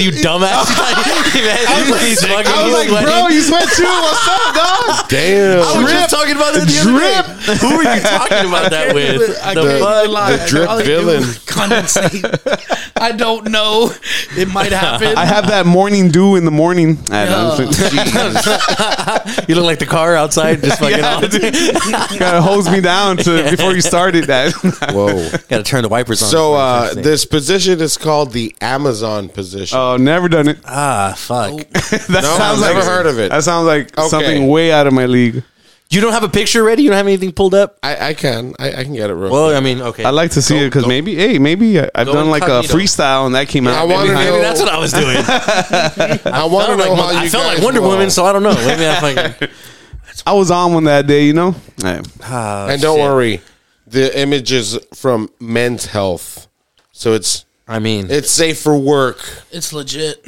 (laughs) you dumbass. (laughs) He's fucking- I was he's like, (laughs) sweating. bro, you sweat too. What's up, dog? damn. I was just talking about it the other day. Drip, Who are you talking (laughs) about that with? I The can't even fuck? lie. the drip All I do villain. is condensate. I don't know. It might happen. (laughs) I have that morning dew in the morning. I don't You look like the car outside, just (laughs) fucking Yeah, on. dude. (laughs) (laughs) Gotta hose me down to before you started that. (laughs) Whoa. Gotta turn the wipers on. So before you uh, finish it. this position is called the Amazon position. oh, never done it. ah, fuck. That No, sounds I've like never heard of it. That sounds like Okay. something way out of my league. You don't have a picture ready? You don't have anything pulled up? I, I can. I, I can get it real. Well, I mean, okay. I'd like to see it because maybe, hey, maybe I- I've Go done like a incognito. freestyle and that came out. I wanna Maybe know- Maybe that's what I was doing. I, I want to felt know like, how you I felt like guys Wonder roll. Woman, so I don't know. Maybe I fucking. I was on one that day, you know. Hey, Oh, and don't shit. worry, the image is from Men's Health, so it's I mean, it's safe for work. it's legit.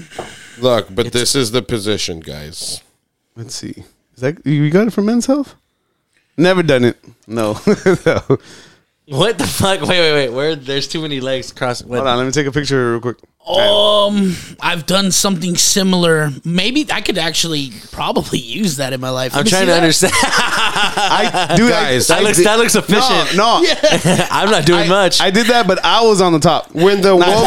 Look, but this is the position, guys. (laughs) Let's see. Is that you got it from Men's Health? Never done it. No. (laughs) No. Hold what the fuck? Wait, wait, wait. Where there's too many legs crossing. What? on, let me take a picture real quick. Um, I've done something similar. Maybe I could actually probably (laughs) use that in my life. I'm trying to (laughs) understand. I, dude, Guys, I, that looks that looks no, efficient. no, I'm not doing much. I did that, but I was on the top. When the woman, (laughs)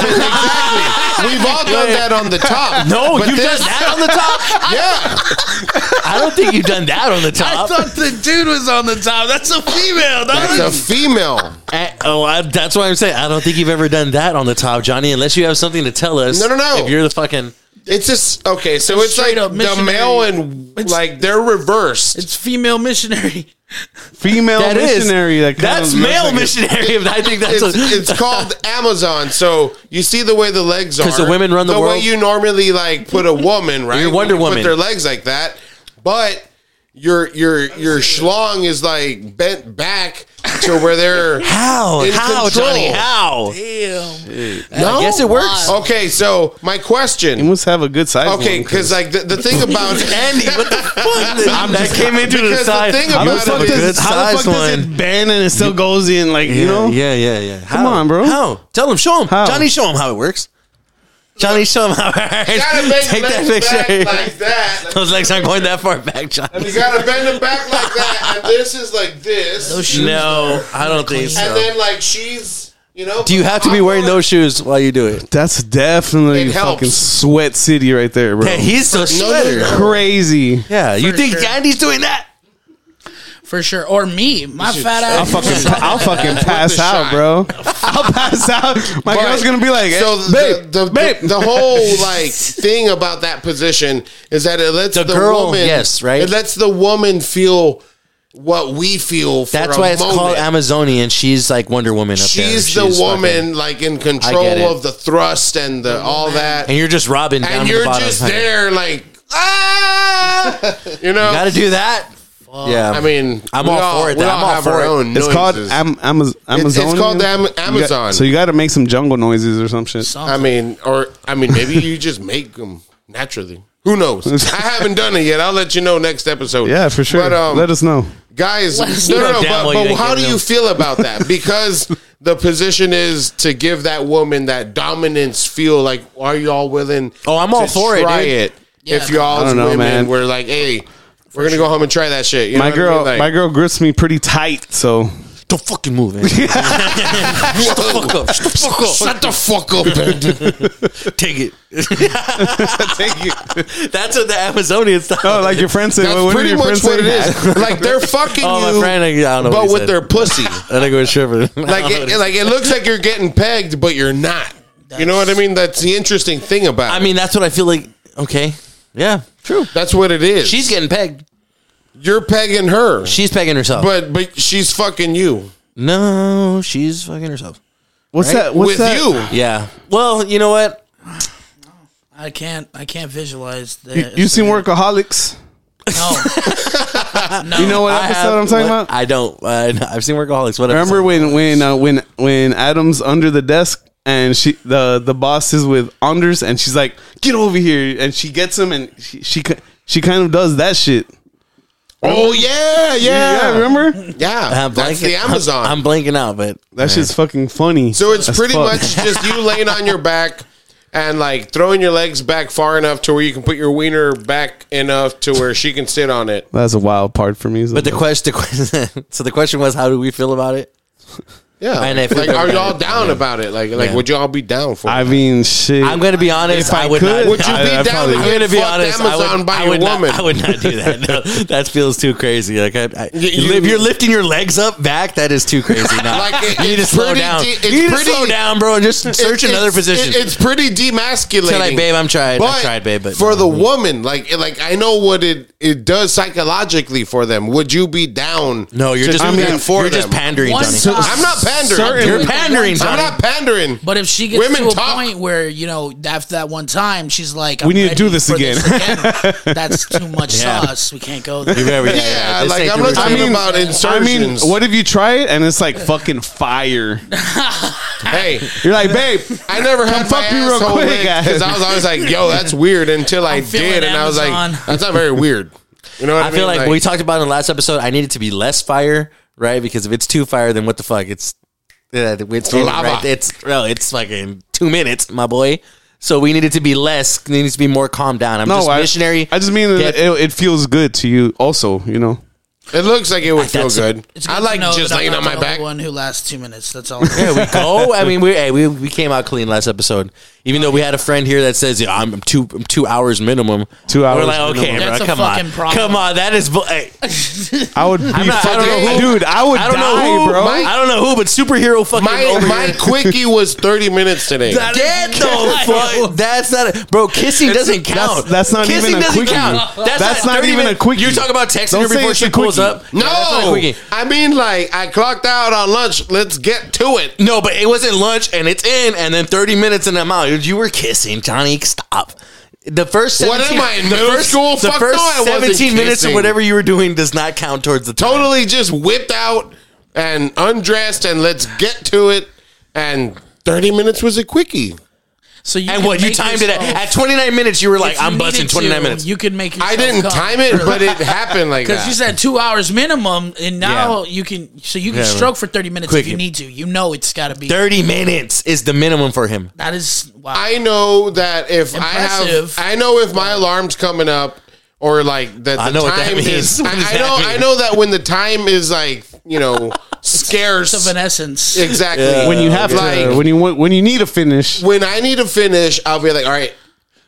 exactly, we've all done that on the (laughs) top. no, but you've this- done that on the top. Yeah, I don't think you've done that on the I top. thought the dude was on the top. That's a female. that's a female. I- oh, I, that's what I'm saying. I don't think you've ever done that on the top, Johnny. Unless you have something to tell us. No, no, no. If you're the fucking. It's just okay. So it's like Straight up the missionary. male and It's- like they're reversed. it's female missionary. Female That is- missionary. that kinda looks That's male like a- missionary. (laughs) I think it's, that's a, it's called Amazon. So you see the way the legs are. 'Cause the women run the way world. you normally like put a woman right. You're Wonder You Woman. Put their legs like that, but your your your schlong is like bent back to where they're. (laughs) How? In how, control. Johnny? How? Damn. no. Oh. I guess it works. Okay, so my You question. must have a good size. Okay, because like the, the thing (laughs) about Andy, what the fuck? I'm that just- came into the because the side. thing You how the about must have fuck, a it is- good does, how the size fuck does one. it bend and it (laughs) still goes in? Like you Yeah, know, Yeah, yeah, yeah. How? Come on, bro. How? Tell him. Show him. How? Johnny, show him how it works. Johnny, show him how it works. gotta bend Take that legs picture. back like that. (laughs) Those legs aren't going that far back, Johnny. You gotta bend them back like that, and this is like this, Those shoes. No, I don't think so. and then like she's, you know. do you have to be wearing those shoes while you do it? that's definitely It helps. fucking sweat city right there, bro. Yeah, he's so sweater. Crazy. Yeah, you For think sure. Andy's doing that? for sure. Or me, my fat I'll ass. fucking, I'll fucking pass the out, shot. bro. I'll pass out. My girl's gonna be like, so so babe, the, the, babe. the (laughs) whole like thing about that position is that it lets The the, girl, woman, yes, right? It lets the woman feel what we feel. For That's a why it's moment. called Amazonian. She's like Wonder Woman up there. She's the woman like in it. control of the thrust and the all that, and you're just robbing down and to the you're bottom. just honey. there like ah, you know. Got to do that. yeah, I mean, I'm we all for it, we though. I'm all have for our it. own it's called noises. Am- Amaz- it's Amazon. called the Am- Amazon. so you got to make some jungle noises or some shit. I mean, or I mean, maybe you just make them naturally. Who knows? (laughs) I haven't done it yet. I'll let you know next episode. Yeah, for sure. But um, Let us know. guys, us no, know. no, no. Damn But, well you but ain't how do getting you them. feel about (laughs) that? Because the position is to give that woman that dominance feel. Like, are y'all willing? Oh, I'm all to for it, Try dude. it. Yeah. If y'all I don't know, women man. were like, hey, we're gonna go home and try that shit. You My know what I girl, mean? Like, my girl grips me pretty tight, so don't fucking move, man. Shut the fuck up. Shut the fuck up. Shut the fuck (laughs) up. man. (laughs) (laughs) Take it. thank you. That's what the Amazonian stuff. Oh, like your friend said. That's what, what did pretty your much friend what it say? is. Like they're fucking (laughs) Oh, my you, friend, I don't know. what but he with said. their pussy. I think it was tripping. (laughs) like it, like it looks like you're getting pegged, but you're not. you know what I mean? That's the interesting thing about. I it. mean, that's what I feel like. Okay. Yeah. True. that's what it is. She's getting pegged. you're pegging her, She's pegging herself. but but she's fucking you no, she's fucking herself. What's that? What's with that? you. Yeah. Well, you know what? I can't. I can't visualize that. You, you seen workaholics? No. (laughs) no. You know what I episode have- I'm talking what- about? I don't. Uh, no, I've seen workaholics. What Remember episode? when when uh, when when Adam's under the desk and she the the boss is with Anders and she's like, "Get over here!" and she gets him and she she, ki- she kind of does that shit. Oh Yeah, yeah, yeah, yeah. remember? I'm that's blanking- the Amazon. I'm, I'm blanking out, but That shit's fucking funny. so it's as pretty fuck. much just you laying on your back. and like throwing your legs back far enough to where you can put your wiener back enough to where she can sit on it. That's a wild part for me. But the question, the question (laughs) so the question was, how do we feel about it? Yeah, And if- like, are y'all down about it? Like, like, Yeah. would y'all be down for? I it? mean, shit. I'm going to be honest. If I I, would could- not. Would you be I- I down probably- I'm to I'm going to get be fucked honest. Amazon I would, by I your would woman? Not, I would not do that. (laughs) No, that feels too crazy. Like I, I, You- you, if you- you're lifting your legs up back, that is too crazy. (laughs) No, Like, it- you need to it's slow pretty down. de- it's you need to pretty- slow down, bro, and just search It- another it's- position. it- it's pretty Tell demasculating. like, babe, I'm tried. I But tried, babe, but for the woman, like like I know what it it does psychologically for them. Would you be down? no, you're to just do you're, that for you're just them? pandering, One Johnny. time. I'm not pandering. Certainly. You're pandering, I'm Johnny. not pandering. But if she gets Women to a talk. point where you know after that one time she's like, We I'm need to ready do this for again. (laughs) again. That's too much Yeah. sauce. We can't go there. You're very- yeah, this like ain't I'm the not real talking thing. about I mean, insertions. what if you try it and it's like fucking fire? hey, You're like, (laughs) babe, I never had fuck my me real asshole quick, guys. because I was always like, (laughs) "Yo, that's weird." Until I feeling did, and I was Amazon. like, "That's not very weird." You know what I, I mean? feel like, we talked about in the last episode. I need it to be less fire, right? Because if it's too fire, then what the fuck? It's uh, it's Lava. Right? It's well, it's fucking two minutes, my boy. So we need it to be less. It needs to be more calmed down. I'm just I, missionary. I just mean that Get- it, it feels good to you, also. You know, it looks like it would feel That's- good. It's good I to like know just that I'm laying not on the my only back. One who lasts two minutes. That's all. there we (laughs) go. I mean, we hey, we, we came out clean last episode. Even though we had a friend here that says, "Yeah, I'm I'm two I'm two hours minimum." Two We're hours like, okay, minimum. bro, That's a come on, fucking problem. come on. That is, bu- hey, I would be not- I don't fucking, know who- dude. I would I don't die, know who, bro. my- I don't know who, but superhero fucking My over my here. quickie was 30 minutes today. Get the fuck. That's not a, bro. Kissing doesn't count. that's not kissing even a doesn't quickie. count. That's, That's not 30 even a minute- quickie. You're talking about texting Don't her say before it's she a pulls quickie. up. Yeah, No, that's not a quickie. I mean like I clocked out on lunch. Let's get to it. No, but it wasn't lunch, and it's in, and then 30 minutes, and I'm out. You were kissing, Johnny. Stop. The first What 17, am I, in the middle first, school? The Fuck first no, I wasn't 17 minutes or kissing. whatever you were doing does not count towards the time. Totally just whipped out and undressed and let's get to it. And 30 minutes was a quickie. So you And can what you make timed it at, yourself- at 29 minutes. You were like, if you I'm busting needed 29 to, minutes. You could make. I yourself didn't come. time it, but (laughs) it happened like Because you said that. two hours minimum, and now you can, so you can Yeah, stroke for thirty minutes Quick. if you need to. You know it's got to be. 30 minutes is the minimum for him. That is wow. I know that if Impressive. I have, I know if my alarm's coming up or like that the I know what that time means. is. I, What does I that know, mean? I know that when the time is like you (laughs) know of scarce. an essence. Exactly. when you have Like- to, Uh, when you want, when you need to finish. when I need to finish, I'll be like, all right,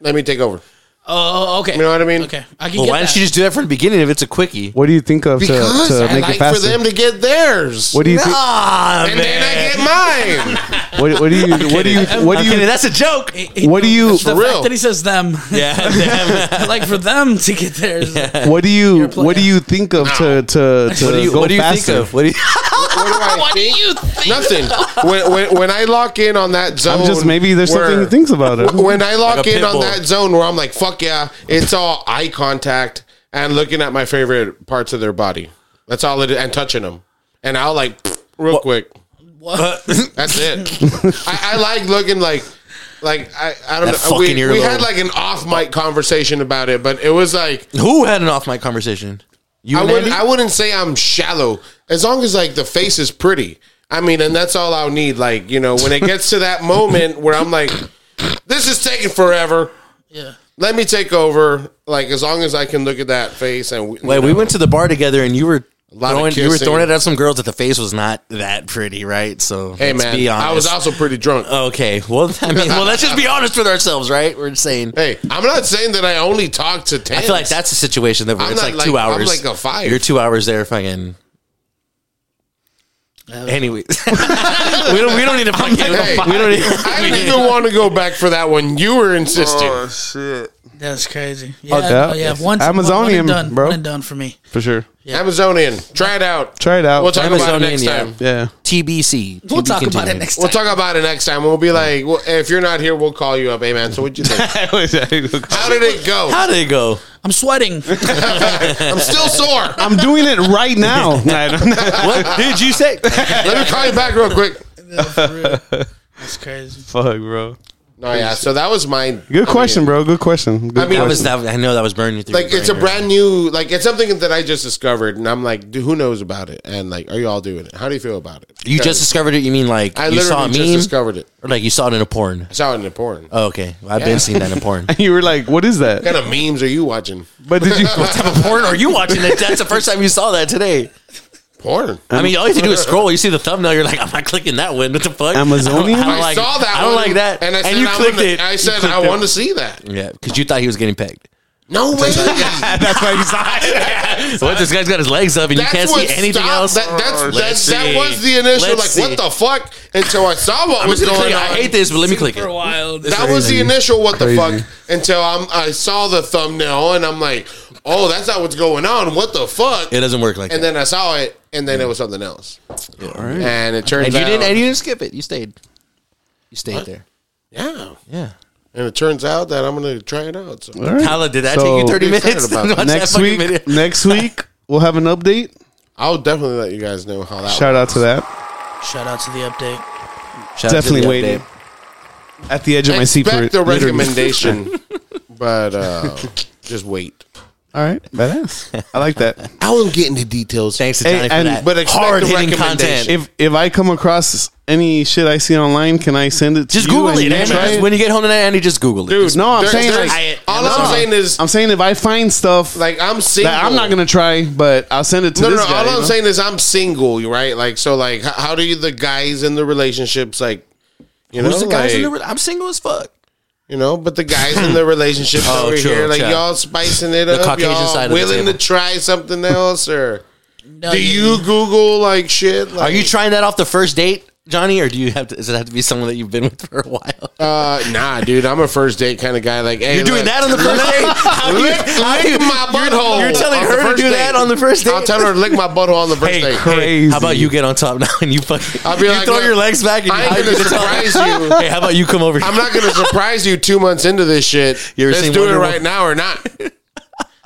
let me take over. Oh, okay. You know what I mean? Okay, I can Well, get why that. don't you just do that from the beginning if it's a quickie? What do you think of to, Because to I make like it for faster? them to get theirs. what do you think? Nah, and man. then I get mine. (laughs) What, what do you? What do you? What do I'm you? kidding. That's a joke. What do you? the real. fact that he says them? (laughs) Yeah, damn. like for them to get there. is- What do you? What do you think of to to to What do you, go what do you think faster? of? What do you, (laughs) (laughs) What do I think? Nothing. When, when, when I lock in on that zone, I'm just maybe there's something where- he thinks about it. When I lock a pit in on bull. that zone where I'm like, fuck yeah, it's all eye contact and looking at my favorite parts of their body. That's all it is, and touching them. And I'll like real quick. That's it. I, I like looking like, like I, I don't That know. We, fucking earlobe. we had like an off mic conversation about it, but it was like (laughs) who had an off mic conversation? You I and wouldn't Andy? I wouldn't say I'm shallow as long as like the face is pretty. I mean, and that's all I'll need. Like you know, when it gets to (laughs) that moment where I'm like, this is taking forever. Yeah. Let me take over. Like as long as I can look at that face and you know. Wait, we went to the bar together, and you were lot of throwing, you were kissing. throwing it at some girls that the face was not that pretty, right? So Hey let's man, be honest. I was also pretty drunk. okay. Well, (laughs) I mean, well, let's just be honest with ourselves, right? We're saying. hey, I'm not saying that I only talk to ten. I feel like that's a situation that we're, I'm it's not like, like- two I'm hours. like a five. You're two hours there, fucking. Anyway, we don't. We don't need to fucking. Hey, we don't need. I didn't even want to go back for that one. You were insisting. Oh, shit! That's crazy. Yeah, yeah. oh, yeah. Once Amazonian, one and done, bro. One and done for me. For sure. Amazonian, try it out. Try it out. We'll talk about it Amazonian, next yeah. time. Yeah. TBC. We'll TB talk about it continued. next time. We'll talk about it next time. We'll be like, well, if you're not here, we'll call you up. Hey man, so what'd you (laughs) think? How did it go? How did it go? I'm sweating. I'm still sore. I'm doing it right now. I don't know. (laughs) What did you say? Let me call you back real quick. That's crazy. (laughs) Fuck, bro. No, yeah. So that was mine. I mean, Good question, bro. Good question. Good I mean, That question. was that. I know that was burning you through. Like your it's a brain. brand new, like it's something that I just discovered, and I'm like, dude, who knows about it? And like, are you all doing it? How do you feel about it? You just discovered it. You mean like I you saw a literally meme, just discovered it. or like you saw it in a porn? I saw it in the porn. Oh, okay, Well, I've been seeing that in (laughs) porn. (laughs) you were like, "What is that?" What kind of memes are you watching? But did you? what (laughs) type of porn are you watching? That that's the first time you saw that today. Porn. I mean, all you have to do is scroll. You see the thumbnail. You're like, I'm not clicking that one. What the fuck? Amazonian? I don't, I I don't like. saw that. I don't one, like that. And I said, you I clicked wanna- it. I You said clicked I it. want to see that. Yeah, because you thought he was getting pegged. No way. (laughs) That's That's why you saw it. (laughs) What this guy's got his legs up and you can't see what anything stopped- else. That, that's, Oh, that, let's that see. was the initial. Let's like, see. what the fuck? Until I saw what I'm was just gonna going on. click it. I hate this, but let me click Super it. wild. That was the Crazy. initial what the Crazy. fuck until I'm, I saw the thumbnail and I'm like, oh, that's not what's going on. What the fuck? It doesn't work like and that. then I saw it, and then it was something else. And it turns and you out, didn't. And you didn't skip it. You stayed. You stayed there. yeah. Yeah. And it turns out that I'm gonna try it out. So. Tyler, did that So- take you 30 Pretty excited minutes? about to that. (laughs) watch that next fucking week, video? next week we'll have an update. I'll definitely let you guys know how that. Shout out to that. Shout out to the update. Shout (laughs) out to Definitely the waiting. update. At the edge of my went. seat for Expect it. the literally. recommendation, but uh, just wait. (laughs) All right, badass. I like (laughs) that. I won't get into details. Thanks to Hey, Johnny for and- that. but expect the Hard-hitting recommendation. If if I come across any shit I see online, can I send it? to Just you Google and it, you Andy. try Just When you get home tonight, Andy, just Google it. Dude, No, I'm there- saying, there's- like- all I'm saying is, I'm saying if I find stuff like like, I'm single. that, I'm not gonna try, but I'll send it to No, no, this no. guy. all you I'm know? saying is, I'm single. You right? Like, so, like, h- how do you, the guys in the relationships, like, you know, Who's the guys in the like- re- I'm single as fuck. You know, but the guys in (clears throat) the relationship Oh, over true, here, like true. y'all spicing it up, Caucasian y'all side of the willing table. to try something else, or No, do you Google like shit? Like, Are you trying that off the first date, Johnny, or do you have to? Does it have to be someone that you've been with for a while? Uh, nah, dude, I'm a first date kind of guy. Like, hey, You're doing look, that on the first date. How do (laughs) you- Lick, how do you- lick my you're- butthole. You're telling on the her to first do date. that on the first date. I'll tell her to lick my butthole on the first date. crazy. How about you get on top now and you fucking? I'll be you like, throw look, your legs back and I ain't you- you gonna tell her, surprise you. Hey, how about you come over? I'm not gonna surprise you two months into this shit. (laughs) You ever Let's seen do it Wonder right Woman? now or (laughs) not.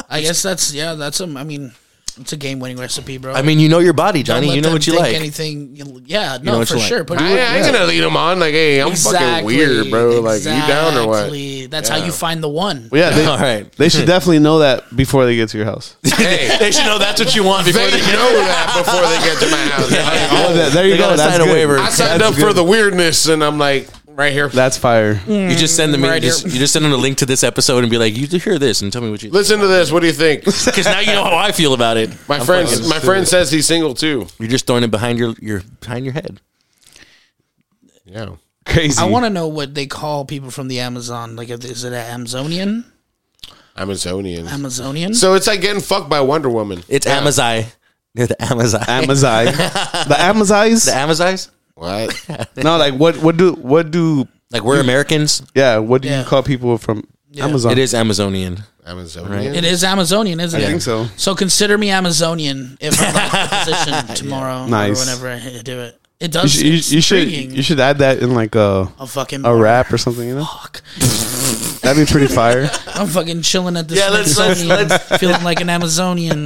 I guess that's yeah. That's a. I mean, it's a game-winning recipe, bro. I mean, you know your body, Don't Johnny. let You know them what you think like. Anything? you- Yeah, know no, what for you like. sure. But I, I ain't gonna lead them on. Like, hey, I'm fucking weird, bro. Like, you down or what? Exactly. That's how you find the one. Well, yeah, they, (laughs) All right. They should definitely know that before they get to your (laughs) house. (laughs) Hey. They should know that's what you want before They they get. know that before they get to (laughs) my house. They're like, Yeah. oh, There- there you They go. gotta That's sign a good. waiver. I signed That's up for good. the weirdness, and I'm like, right here. That's fire. You just send them. Right you, just, here. you just send them a link to this episode and be like, "You hear this and tell me what (laughs) you." Listen to this. What do you (laughs) think? Because now you know how I feel about it. My I'm friend, fucking- my friend says he's single too. you're just throwing it behind your your behind your head. Yeah. Crazy. I want to know what they call people from the Amazon. Like, if- is it an Amazonian? Amazonian. Amazonian? So it's like getting fucked by Wonder Woman. It's Yeah. Amazai. They're the Amazai. (laughs) Amazai. the Amazais? the Amazais? (laughs) What? no, like what? What do? What do? Like Mm. we're Americans. Yeah. What do Yeah. you call people from Amazon? It is Amazonian. Amazonian. it is Amazonian, isn't I it? think so. So consider me Amazonian if I'm out (laughs) of position tomorrow Nice. or whenever I do it. It You, does. should- you- it's you should. intriguing. You should add that in like a I'm fucking. a rap or something. (laughs) You know. That'd be pretty fire. I'm fucking chilling at this. Yeah, let's- let's- Amazonian, feeling like an Amazonian.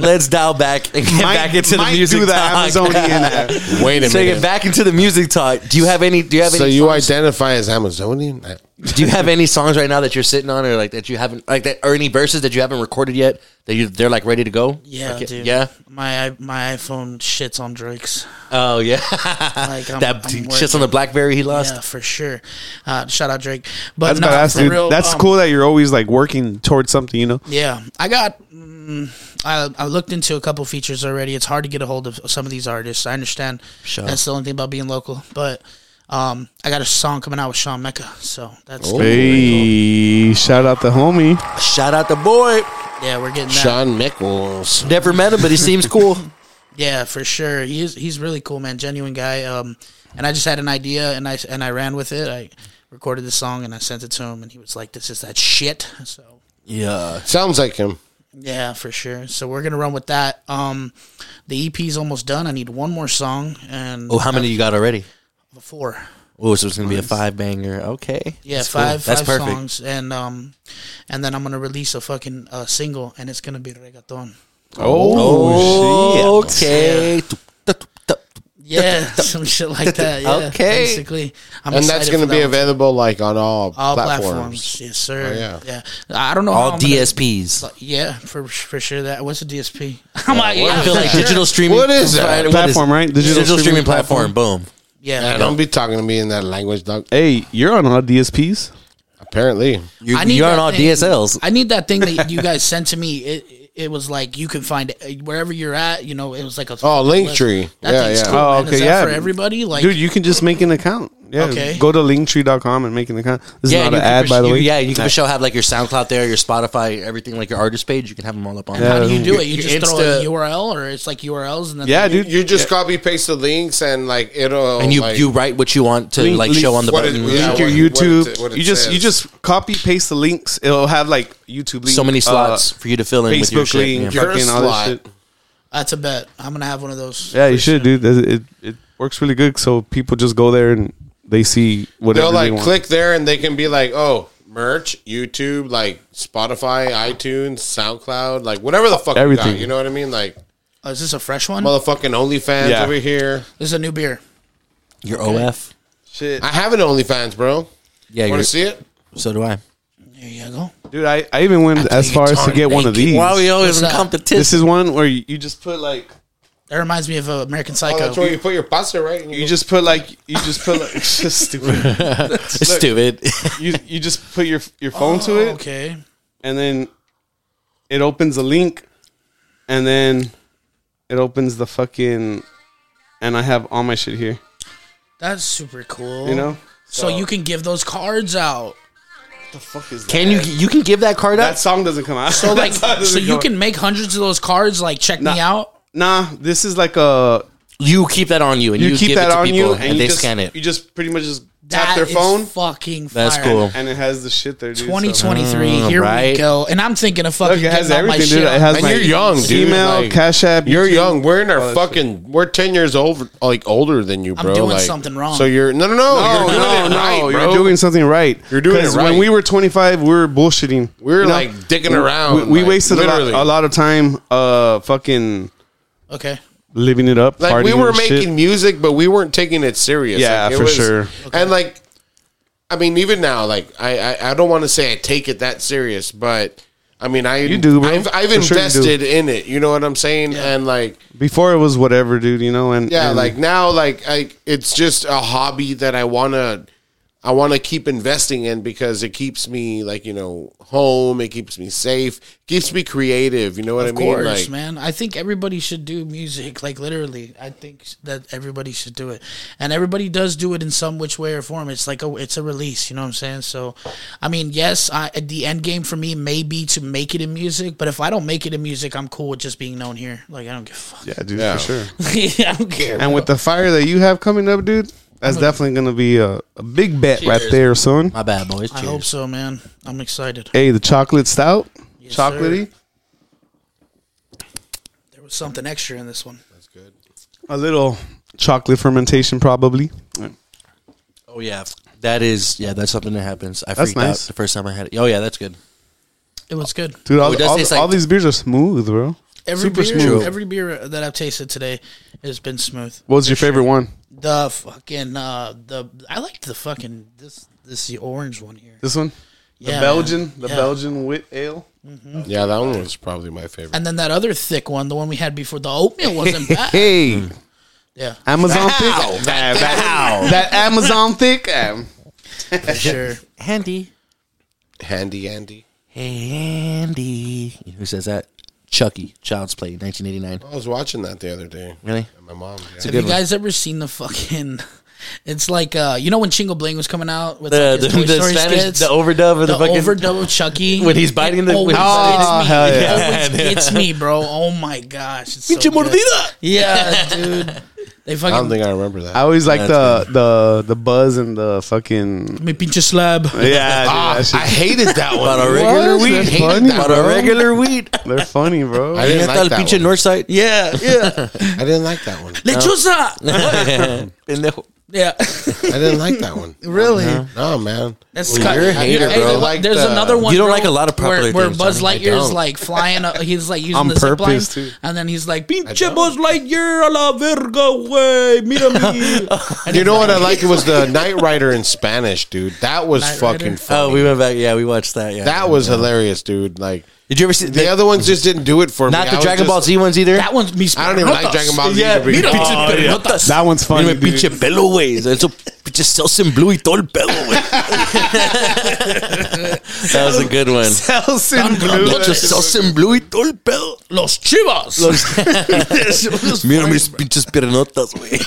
(laughs) Let's dial back and get back into the might music do the talk. (laughs) Amazonian. Wait a Take it minute. back into the music talk. Do you have any? Do you have So any? you songs, identify as Amazonian? do you have any songs right now that you're sitting on, or like that you haven't, like that, or any verses that you haven't recorded yet that you they're like ready to go? yeah, Like, dude. yeah. My my iPhone shits (laughs) on Drake's. Oh yeah. Like I'm, that I'm shit's on the BlackBerry he lost. Yeah, for sure. Uh, shout out Drake. But That's no, badass, for dude. real, That's um, cool that you're always like working towards something. You know. Yeah, I got. Mm, I, I looked into a couple features already. It's hard to get a hold of some of these artists. I understand. That's the only thing about being local. But um, I got a song coming out with Sean Mecca, so that's Hey, shout out the homie. Shout out the boy. yeah, we're getting that. Sean Mickles. Never met him, but he seems (laughs) cool. Yeah, for sure. He's he's really cool, man. Genuine guy. Um, and I just had an idea, and I and I ran with it. I recorded the song and I sent it to him, and he was like, "This is that shit." So yeah. Sounds like him. Yeah, for sure. So we're gonna run with that. Um, the EP is almost done. I need one more song and Oh, how many you got already? four. Oh, so it's gonna be a five banger. Okay. Yeah, That's cool. five That's five perfect. songs, and um, and then I'm gonna release a fucking uh, single, and it's Oh, gonna be reggaeton. Oh, Okay. (laughs) Yeah, (laughs) some shit like that. Yeah, Okay. Basically, I'm and excited that's for going to that be one. available like on all, all platforms. platforms. Yes, sir. Oh, yeah. I don't know. how All I'm gonna- DSPs. yeah, for for sure. That what's a (laughs) DSP? I'm like, yeah, I feel like digital streaming. What is that? What Platform, right? Digital, Digital streaming streaming, platform. Boom. yeah. Don't be talking to me in that language, dog. Hey, you're on all DSPs. Apparently, You, I need you're on that all thing. DSLs. I need that thing that you guys sent to me. It it was like you can find it wherever you're at. You know, it was like a Oh, link Linktree. That Yeah, thing's yeah. Cool, Oh, man. okay, Is that yeah. for everybody. Like, Dude, you can just make an account. Yeah. Okay. Go to linktree.com and make an account. This is not you an can ad, for by the sure- way. you- Yeah, you can for sure have like your SoundCloud there, your Spotify, everything like your artist page. You can have them all up on. how there. do you do it? You your just Insta- throw a URL, or it's like URLs, and then uh, Yeah, dude. you just copy paste the links and like it'll And you like, you write what you want to Link- like link- show on the what button. it- Yeah. yeah. Link your what- what YouTube. it- what it you just you says. just copy paste the links. It'll have like YouTube links, So many slots uh, for you to fill in with your Facebook shit. link, yeah. You're a fucking all this slot. shit. that's a bet. I'm gonna have one of those. Yeah, you should, dude. It, it it works really good. So people just go there and they see whatever they'll they like want. click there and they can be like, oh, merch, YouTube, like Spotify, iTunes, SoundCloud, like whatever the fuck You, Everything. got, you know what I mean? Like Oh, is this a fresh one? motherfucking OnlyFans Yeah. over here. this is a new beer. Your OF. Shit, I have an OnlyFans, bro. Yeah, Want you're, to see it? so do I. There you go. dude. I, I even went as far as to get one of these. Why are we always What's in that? competition? This is one where you you just put like That reminds me of uh, American Oh, Psycho. that's where you put your pasta, right? And you just put like you just put like (laughs) it's just stupid. It's stupid. (laughs) You you just put your your phone to it Oh, okay. and then it opens a link and then it opens the fucking and I have all my shit here. That's super cool. You know? so, you can give those cards out. (laughs) Can you you can give that card That up? song doesn't come out. So (laughs) like, so you can make hundreds of those cards. Like, check me Nah. out. Nah, this is like a You keep that on you and you, you, keep give that it to on people you and, and, you they just, scan it. You just pretty much just That tap their is phone Fucking. Fire. That's cool. and it has the shit there, dude. so- 2023. here we right. go. And I'm thinking of fucking. Look, it has getting all my everything, shit dude. It on. has And my you're young, dude. Email, Like, Cash App. You're YouTube. young. We're in our Oh, that's fucking. We're ten years over, like older than you, bro. doing like, something wrong. So you're no, no, no. No, you're doing no, it no. right, bro. you're doing something right. You're doing it 'Cause right. When we were 25, we were bullshitting. We were, You know? like, dicking around, We, we like, wasted a lot, literally. a lot of time, uh, fucking Okay. living it up. like we partying were and shit. making music, but we weren't taking it serious. Yeah, Like, it for sure. And like, I mean, even now, like, I I, I don't want to say I take it that serious, but I mean, I You do, bro. I've, I've For sure you do. invested in it. You know what I'm saying? And like, before it was whatever, dude. You know, and yeah, and- like now, like I, it's just a hobby that I wanna. I want to keep investing in because it keeps me like you know home. It keeps me safe. Keeps me creative. You know what Of I mean? course, like, man. I think everybody should do music. Like literally, I think that everybody should do it, and everybody does do it in some which way or form. It's like a it's a release. You know what I'm saying? So, I mean, yes, I, the end game for me may be to make it in music. But if I don't make it in music, I'm cool with just being known here. Like I don't give a fuck. yeah, dude, Yeah. for sure. (laughs) (laughs) I don't care. And with the fire that you have coming up, dude, that's definitely gonna be a, a big bet right there, son. My bad, boys. I Cheers. hope so, man. I'm excited. Hey, the chocolate stout, sir. chocolatey, There was something extra in this one. a little chocolate fermentation probably. Oh yeah, that is yeah. That's something that happens. I That's freaked nice. out the first time I had it. Oh yeah, that's good. It was good. Dude, all, it does all, taste like- all these beers are smooth, bro. Every Super beer, smooth. every beer that I've tasted today has been smooth. What's your favorite one? The fucking uh the I liked the fucking this this the orange one here. This one? The Yeah, Belgian, the yeah. Belgian wit ale. yeah, that one was probably my favorite. (laughs) And then that other thick one, the one we had before, the oatmeal (laughs) wasn't bad. Hey, (laughs) Yeah, Amazon thick. That, that- that Amazon thick. Um, for sure. Handy, Handy Andy. handy. You know who says that? Chucky, Child's Play, 1989. I was watching that the other day. Really? My mom. yeah. Have you guys ever seen the fucking? (laughs) It's like uh, you know when Chingo Bling was coming out with The like, the, his Toy the Story Spanish skits? the overdub of the, the fucking overdub of Chucky (laughs) When he's biting the- It always when he's biting- Oh, gets me. hell It (laughs) yeah. always gets me, bro. Oh my gosh, it's so Pinche good. mordida. Yeah, dude. They I don't fucking think I remember that. I always like the, the the buzz and the fucking me pinche slab. yeah. dude, Ah, that shit- I hated that one. About a regular What? weed. That's Hated funny, that. About bro. a regular weed. They're funny, bro. I didn't like that pinche one. (laughs) Northside. Yeah, yeah. I didn't like that one. (laughs) Lechuza. Pendejo. Yeah, I didn't like that (laughs) one. really. No, man. That's Well, cut- you're a hater, Hey, bro. look, Like there's the- another one. You don't bro, like a lot of popular where, where things, Buzz Johnny. I Lightyear is don't. like flying. Up, he's like using On the zip line, purpose, too. and then he's like, "Pinche Buzz Lightyear a la verga, güey, mira mi." (laughs) You know what I like? It was the Knight Rider in Spanish, dude. That was Knight fucking Rider? funny. Oh, we went back. Yeah, we watched that. Yeah, that was hilarious, dude. Like Did you ever see the other ones just didn't do it for me. Not I the was Dragon just- Ball Z ones either. That one's me. I don't even like Dragon (laughs) Ball Oh, Z. to begin with. pinche pelotas. That one's funny, Mira, pinche pelo, güey. Eso pinche Celso en blue y todo el pelo, (laughs) güey. that was a good (laughs) one. Pinche Celso en blue y todo el (laughs) pelo. Los Chivas. Mira mis pinches piernotas, (laughs) güey.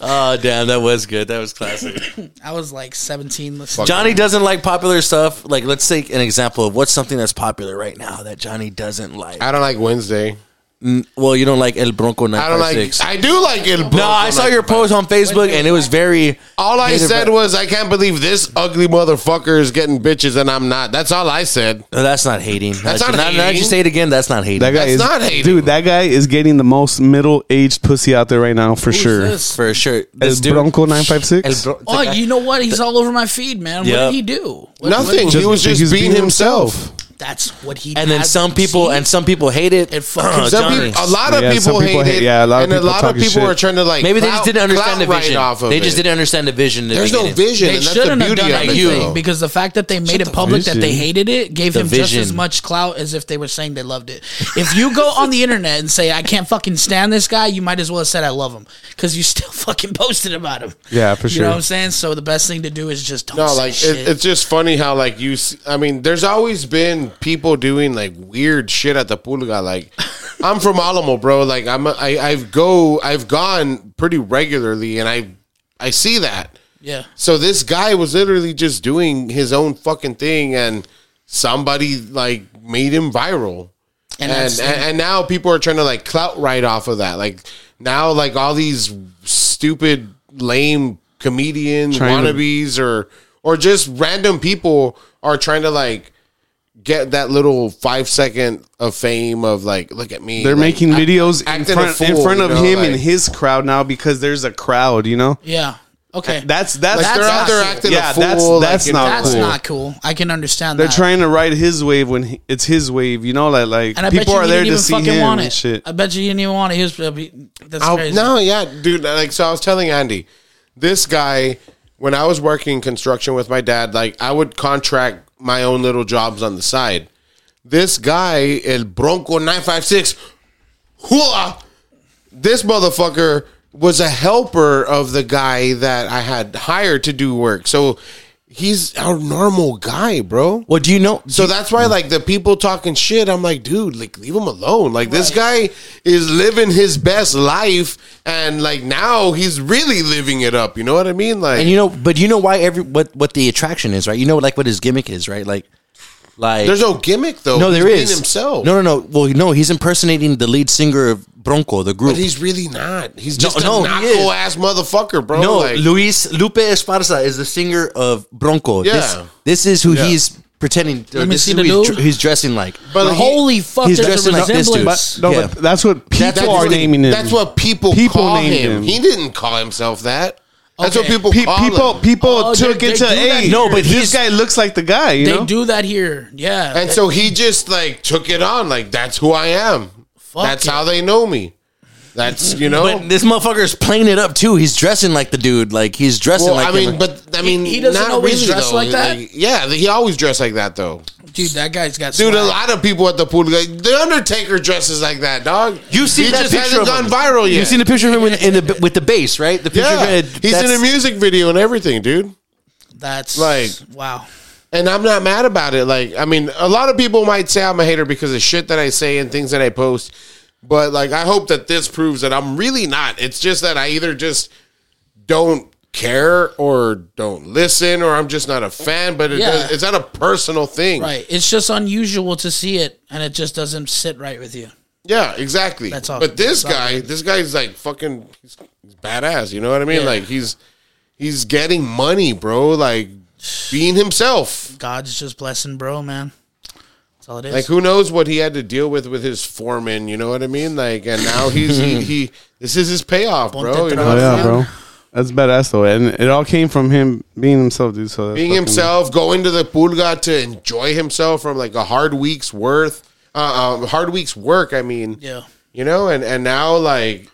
oh, damn. That was good. That was classic. I was like 17. Let's (laughs) Johnny doesn't like popular stuff. Like, let's take an example of what's something that's popular right now that Johnny doesn't like. I don't like Wednesday. Well, you don't like El Bronco I don't like. 956. I do like Oh. it. no, I saw your post on Facebook and it was very. All I Neither said but- was, I can't believe this ugly motherfucker is getting bitches and I'm not. That's all I said. No, that's not hating. That's Now- not now- Now that you hating. say it again, that's not hating. That guy That's is not hating. dude. That guy is getting the most middle-aged pussy out there right now for sure. this? for sure. El This dude- Bronco nine five El six. Bro- Oh, you know what? He's all over my feed, man. What Yeah. did he do? What- Nothing. Just- he was just he's being, being himself. That's what he. and then has- some people See? and some people hate it. It fucking- Some Uh, Johnny. people, a lot of Yeah, people, some people hate hate- it, yeah, a lot of and people a lot of talking people shit. are trying to like Maybe they just clout- didn't understand the clout right vision. off of they it. just didn't understand the vision. There's no vision. They and that's shouldn't the have beauty done of it. anything though. because the fact that they made it public vision. that they hated it gave The him just as vision. much clout as if they were saying they loved it. If you go on the internet and say I can't fucking stand this guy, you might as well have said I love him because you still (laughs) fucking posted about him. Yeah, for You know sure. what I'm saying? So the best thing to do is just don't. No, say like shit. it, it's just funny how like you. s- I mean, there's always been people doing like weird shit at the Pulga. Like, (laughs) I'm from Alamo, bro. Like, I'm a, I I've go I've gone pretty regularly, and I I see that. yeah. So this guy was literally just doing his own fucking thing, and somebody like made him viral. And, and, that's, and and now people are trying to like clout right off of that. Like now, like all these stupid, lame comedians, Trying to- wannabes, or or just random people are trying to like get that little five second of fame of like, look at me. They're like, making act- videos in acting a front in fool, front you of know, him and like- his crowd now because there's a crowd. You know, yeah. Okay. that's that's Like, they're That's out there not- acting yeah, a that's- fool. that's you not know, that's cool. not cool. I can understand They're that. trying to ride his wave when he, it's his wave. You know, like like And I bet people you are he there didn't to even see fucking him want and it. shit. I bet you he didn't even want it. He was that's I'll- crazy. No, yeah, dude. Like, so I was telling Andy, this guy, when I was working construction with my dad, like, I would contract my own little jobs on the side. This guy, El Bronco 956, hua, this motherfucker was a helper of the guy that I had hired to do work. So he's a normal guy, bro. Well, do you know? So that's why, like, the people talking shit, I'm like, dude, like, leave him alone. Like, this guy is living his best life, and like now he's really living it up. You know what I mean? Like, And you know, but you know why every what what the attraction is, right? You know, like what his gimmick is, right? Like, like there's no gimmick though. no, there He's being is himself. No, no, no. Well, no, he's impersonating the lead singer of Bronco, the group. but he's really not. He's just no, a he knuckle is. ass motherfucker, bro. no, like, Luis Lupe Esparza is the singer of Bronco. This, Yeah. this is who he's pretending. or Let me this see is the who he's, dude. dr- he's dressing like. but he- Holy fuck! he's There's a dressing like this resemblance. dude. But no, Yeah. but that's what people are That's- what- naming him. That's what people People call named him. him. He didn't call himself that. That's Okay. what people Pe- call people him. people Oh, took they- it they to do that hey. here. No, but he's- this guy looks like the guy. You They know? do that here. Yeah. And so he just like took it on. Like that's who I am. Fuck that's it. how they know me. That's you know. But this motherfucker is playing it up too. He's dressing like the dude. Like he's dressing Well, like. I mean, him. but I mean, he doesn't not always really, dress though. like that? yeah, he always dressed like that though. Dude, that guy's got Dude, a swag. lot of people at the pool, like, the Undertaker dresses like that, dog. You've seen he that just picture hasn't of gone him. viral yet. You've seen a picture of him in, in the, with the bass, right? The picture yeah, of him, he's in that's- a music video and everything, dude. That's like- wow. And I'm not mad about it. Like, I mean, a lot of people might say I'm a hater because of shit that I say and things that I post, but like, I hope that this proves that I'm really not. It's just that I either just don't care or don't listen or I'm just not a fan. But it Yeah. does, it's not a personal thing, Right. It's just unusual to see it and it just doesn't sit right with you. Yeah, exactly. That's all- But this that's all guy, this guy's like fucking, he's, he's badass. You know what I mean? Yeah. Like he's he's getting money, bro. Like being himself. God's just blessing, bro, man. That's all it is. Like who knows what he had to deal with with his foreman? You know what I mean? Like, and now he's he, he this is his payoff, bro. You know Oh what I yeah, mean? bro. That's badass though, and it all came from him being himself, dude. So that's Being fucking- himself, going to the pulga to enjoy himself from like a hard week's worth, uh, uh, hard week's work. I mean, yeah. you know, and and now like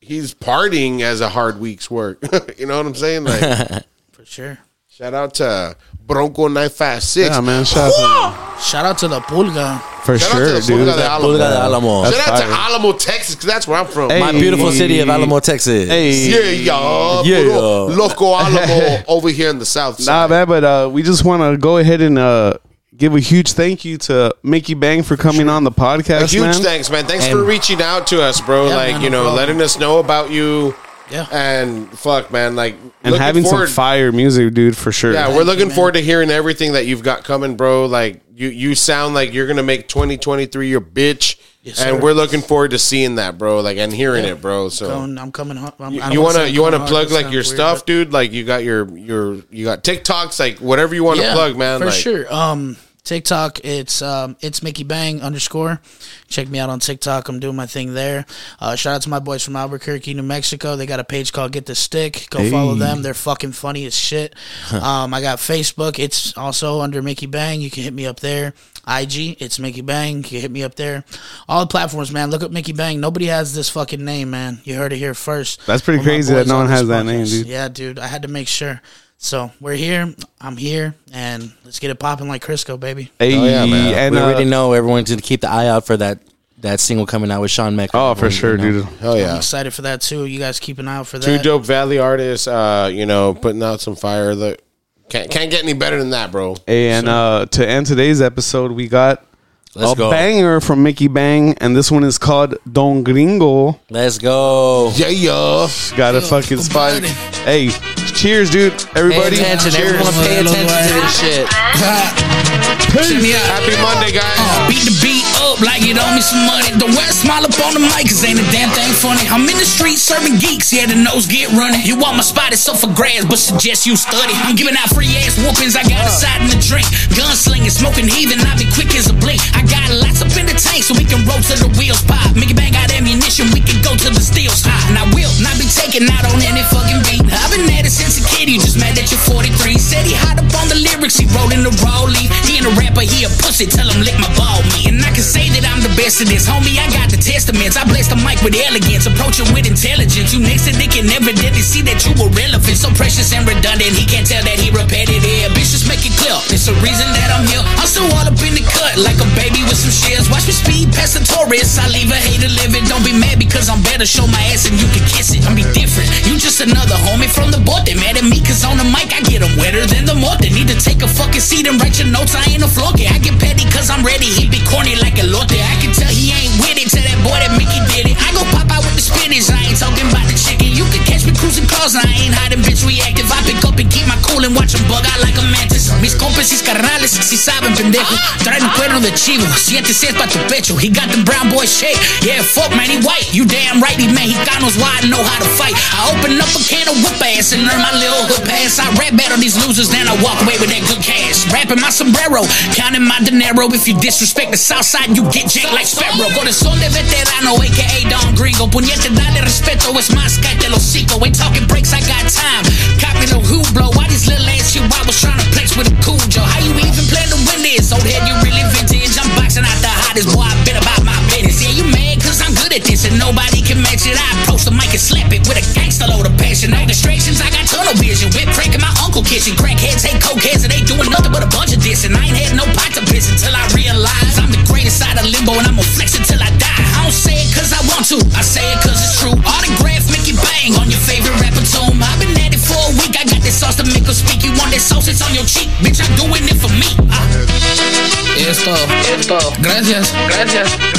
he's partying as a hard week's work. (laughs) you know what I'm (laughs) saying? Like, For sure. shout out to Bronco Nine Five Six. Yeah, man. Shout out Shout out to La Pulga. to, for Shout out to sure, the dude. Pulga de Alamo. Pulga de Alamo. That's Shout out to fire. Alamo, Texas, because that's where I'm from. Hey. My beautiful city of Alamo, Texas. Hey, Yeah, y'all. Yeah. Puro (laughs) Loco Alamo over here in the south nah, side. man. But uh, we just want to go ahead and uh, give a huge thank you to Mickey Bang for coming on the podcast, A huge man. thanks, man. Thanks And- for reaching out to us, bro. Yeah, like, man, you no know, problem. letting us know about you. Yeah. And fuck, man. Like, and looking having forward- some fire music, dude, for sure. Yeah, we're looking forward to hearing everything that you've got coming, bro. Like, you, you sound like you're going to make 2023 your bitch. and we're looking forward to seeing that, bro. Like, and hearing it, bro. So. Going, I'm coming home. I'm, you want to you want to plug like your stuff, dude? Like you got your your you got TikToks, like whatever you want to plug, man. For like, sure. Um, TikTok, it's um, it's Mickey Bang underscore. Check me out on TikTok. I'm doing my thing there. Uh, shout out to my boys from Albuquerque, New Mexico. They got a page called Get the Stick. Go follow them. They're fucking funny as shit. um, I got Facebook. It's also under Mickey Bang. You can hit me up there. IG, it's Mickey Bang. You can hit me up there. All the platforms, man. Look up Mickey Bang. Nobody has this fucking name, man. You heard it here first. That's pretty One of my crazy that boys no one this has that name, podcast. dude. Yeah, dude. I had to make sure. So we're here. I'm here, and let's get it popping like Crisco, baby. Hey, Oh, yeah, man. and we uh, already know everyone's going to keep the eye out for that that single coming out with Sean Mecca. oh, for sure, dude. Oh I'm yeah. excited for that too. You guys keep an eye out for Two that. dope Valley artists, uh, you know, putting out some fire. Look, can't can't get any better than that, bro. Hey, and uh, to end today's episode, we got Let's a go. banger from Mickey Bang, and this one is called Don Gringo. Let's go. Yeah, yeah. Got a fucking spot. Hey, cheers, dude. Pay Everybody, attention. Everyone cheers. wanna pay attention to this shit. Check me out. Happy Monday, guys. Beat the beat up like it owe me some money. The West smile up on the mic, cause ain't a damn thing funny. I'm in the street serving geeks, yeah, the nose get running. You want my spot, it's up for grabs, but suggest you study. I'm giving out free ass whoopings, I got a side and a drink. Gunslinging, smoking heathen, I be quick as a blink. I got lots up in the tank, so we can roll till the wheels pop. Mickey Bang got ammunition, we can go till the steel's hot. And I will not be taking out on any fucking beat. I've been at it since a kid, you just mad that you're 43. Said he hot up on the lyrics, he wrote in the raw leaf. He ain't a rapper, he a pussy, tell him lick my ball me. And I can say that I'm the best of this, homie, I got the testaments. I bless the mic with elegance, approach it with intelligence. You next to Nick and evidently see that you were relevant. So precious and redundant, he can't tell that he repetitive. Bitch, just make it clear, it's a reason that I'm here. I'm so all up in the cut, like a baby with some shears. Watch me speed past the Taurus, I leave a hater living. Don't be mad because I'm better, show my ass and you can kiss it. I'm be different, you just another homie from the board. They mad at me cause on the mic I get 'em wetter than the moth. They need to take a fucking seat and write your notes, I ain't a flunky. I get petty cause I'm ready, he be corny like a lotte. I can tell he ain't with it till that boy that Mickey did it. I go pop out with the spinach, I ain't talking about the chicken. You can catch me cruising cars and I ain't hiding, bitch reactive. I pick up and keep my cool and watch 'em bug out like a mantis. Mis compas y carnales, si saben, pendejo. Traen un cuerno de chivo, siete seis pa' tu pecho. He got the brown boy shake. Yeah, fuck, man, he white. You damn right, he Mexicanos, why I know how to fight. I open up a can of whoop ass and earn my little hood pass. I rap battle these losers, then I walk away with that good cash. Rapping my sombrero, counting my dinero. If you disrespect the south side, you get janked like Sparrow. Corazón de veterano, aka Don Gringo. Puñete, dale respeto, es más, cállate los hocico. Ain't talking breaks, I got time. Cop me no Hublot. Why these little ass chihuahuas trying to flex with a Cujo? How you even plan to win this? Old head, you really vintage. I'm boxing out the hottest boy. I been about my business. Yeah, you mad cause I'm good at this and nobody can match it. I approach the mic and slap it with a gangster load of passion. No distractions, I got tunnel vision. Whip crank in my uncle kitchen. Crackheads hate cokeheads and they doing nothing but a bunch of this. And I ain't had no pot to piss until I realize I'm the greatest out of limbo and I'm gonna flex until I die. I don't say it cause I want to, I say it cause it's true. Autograph Mickey Bang on your favorite rapper tune. I've been at it for a week, I got this sauce to make her speak. You want that sauce, it's on your cheek. Uh, Bitch, I'm doing it for me. I- Esto. Esto. Gracias. Gracias.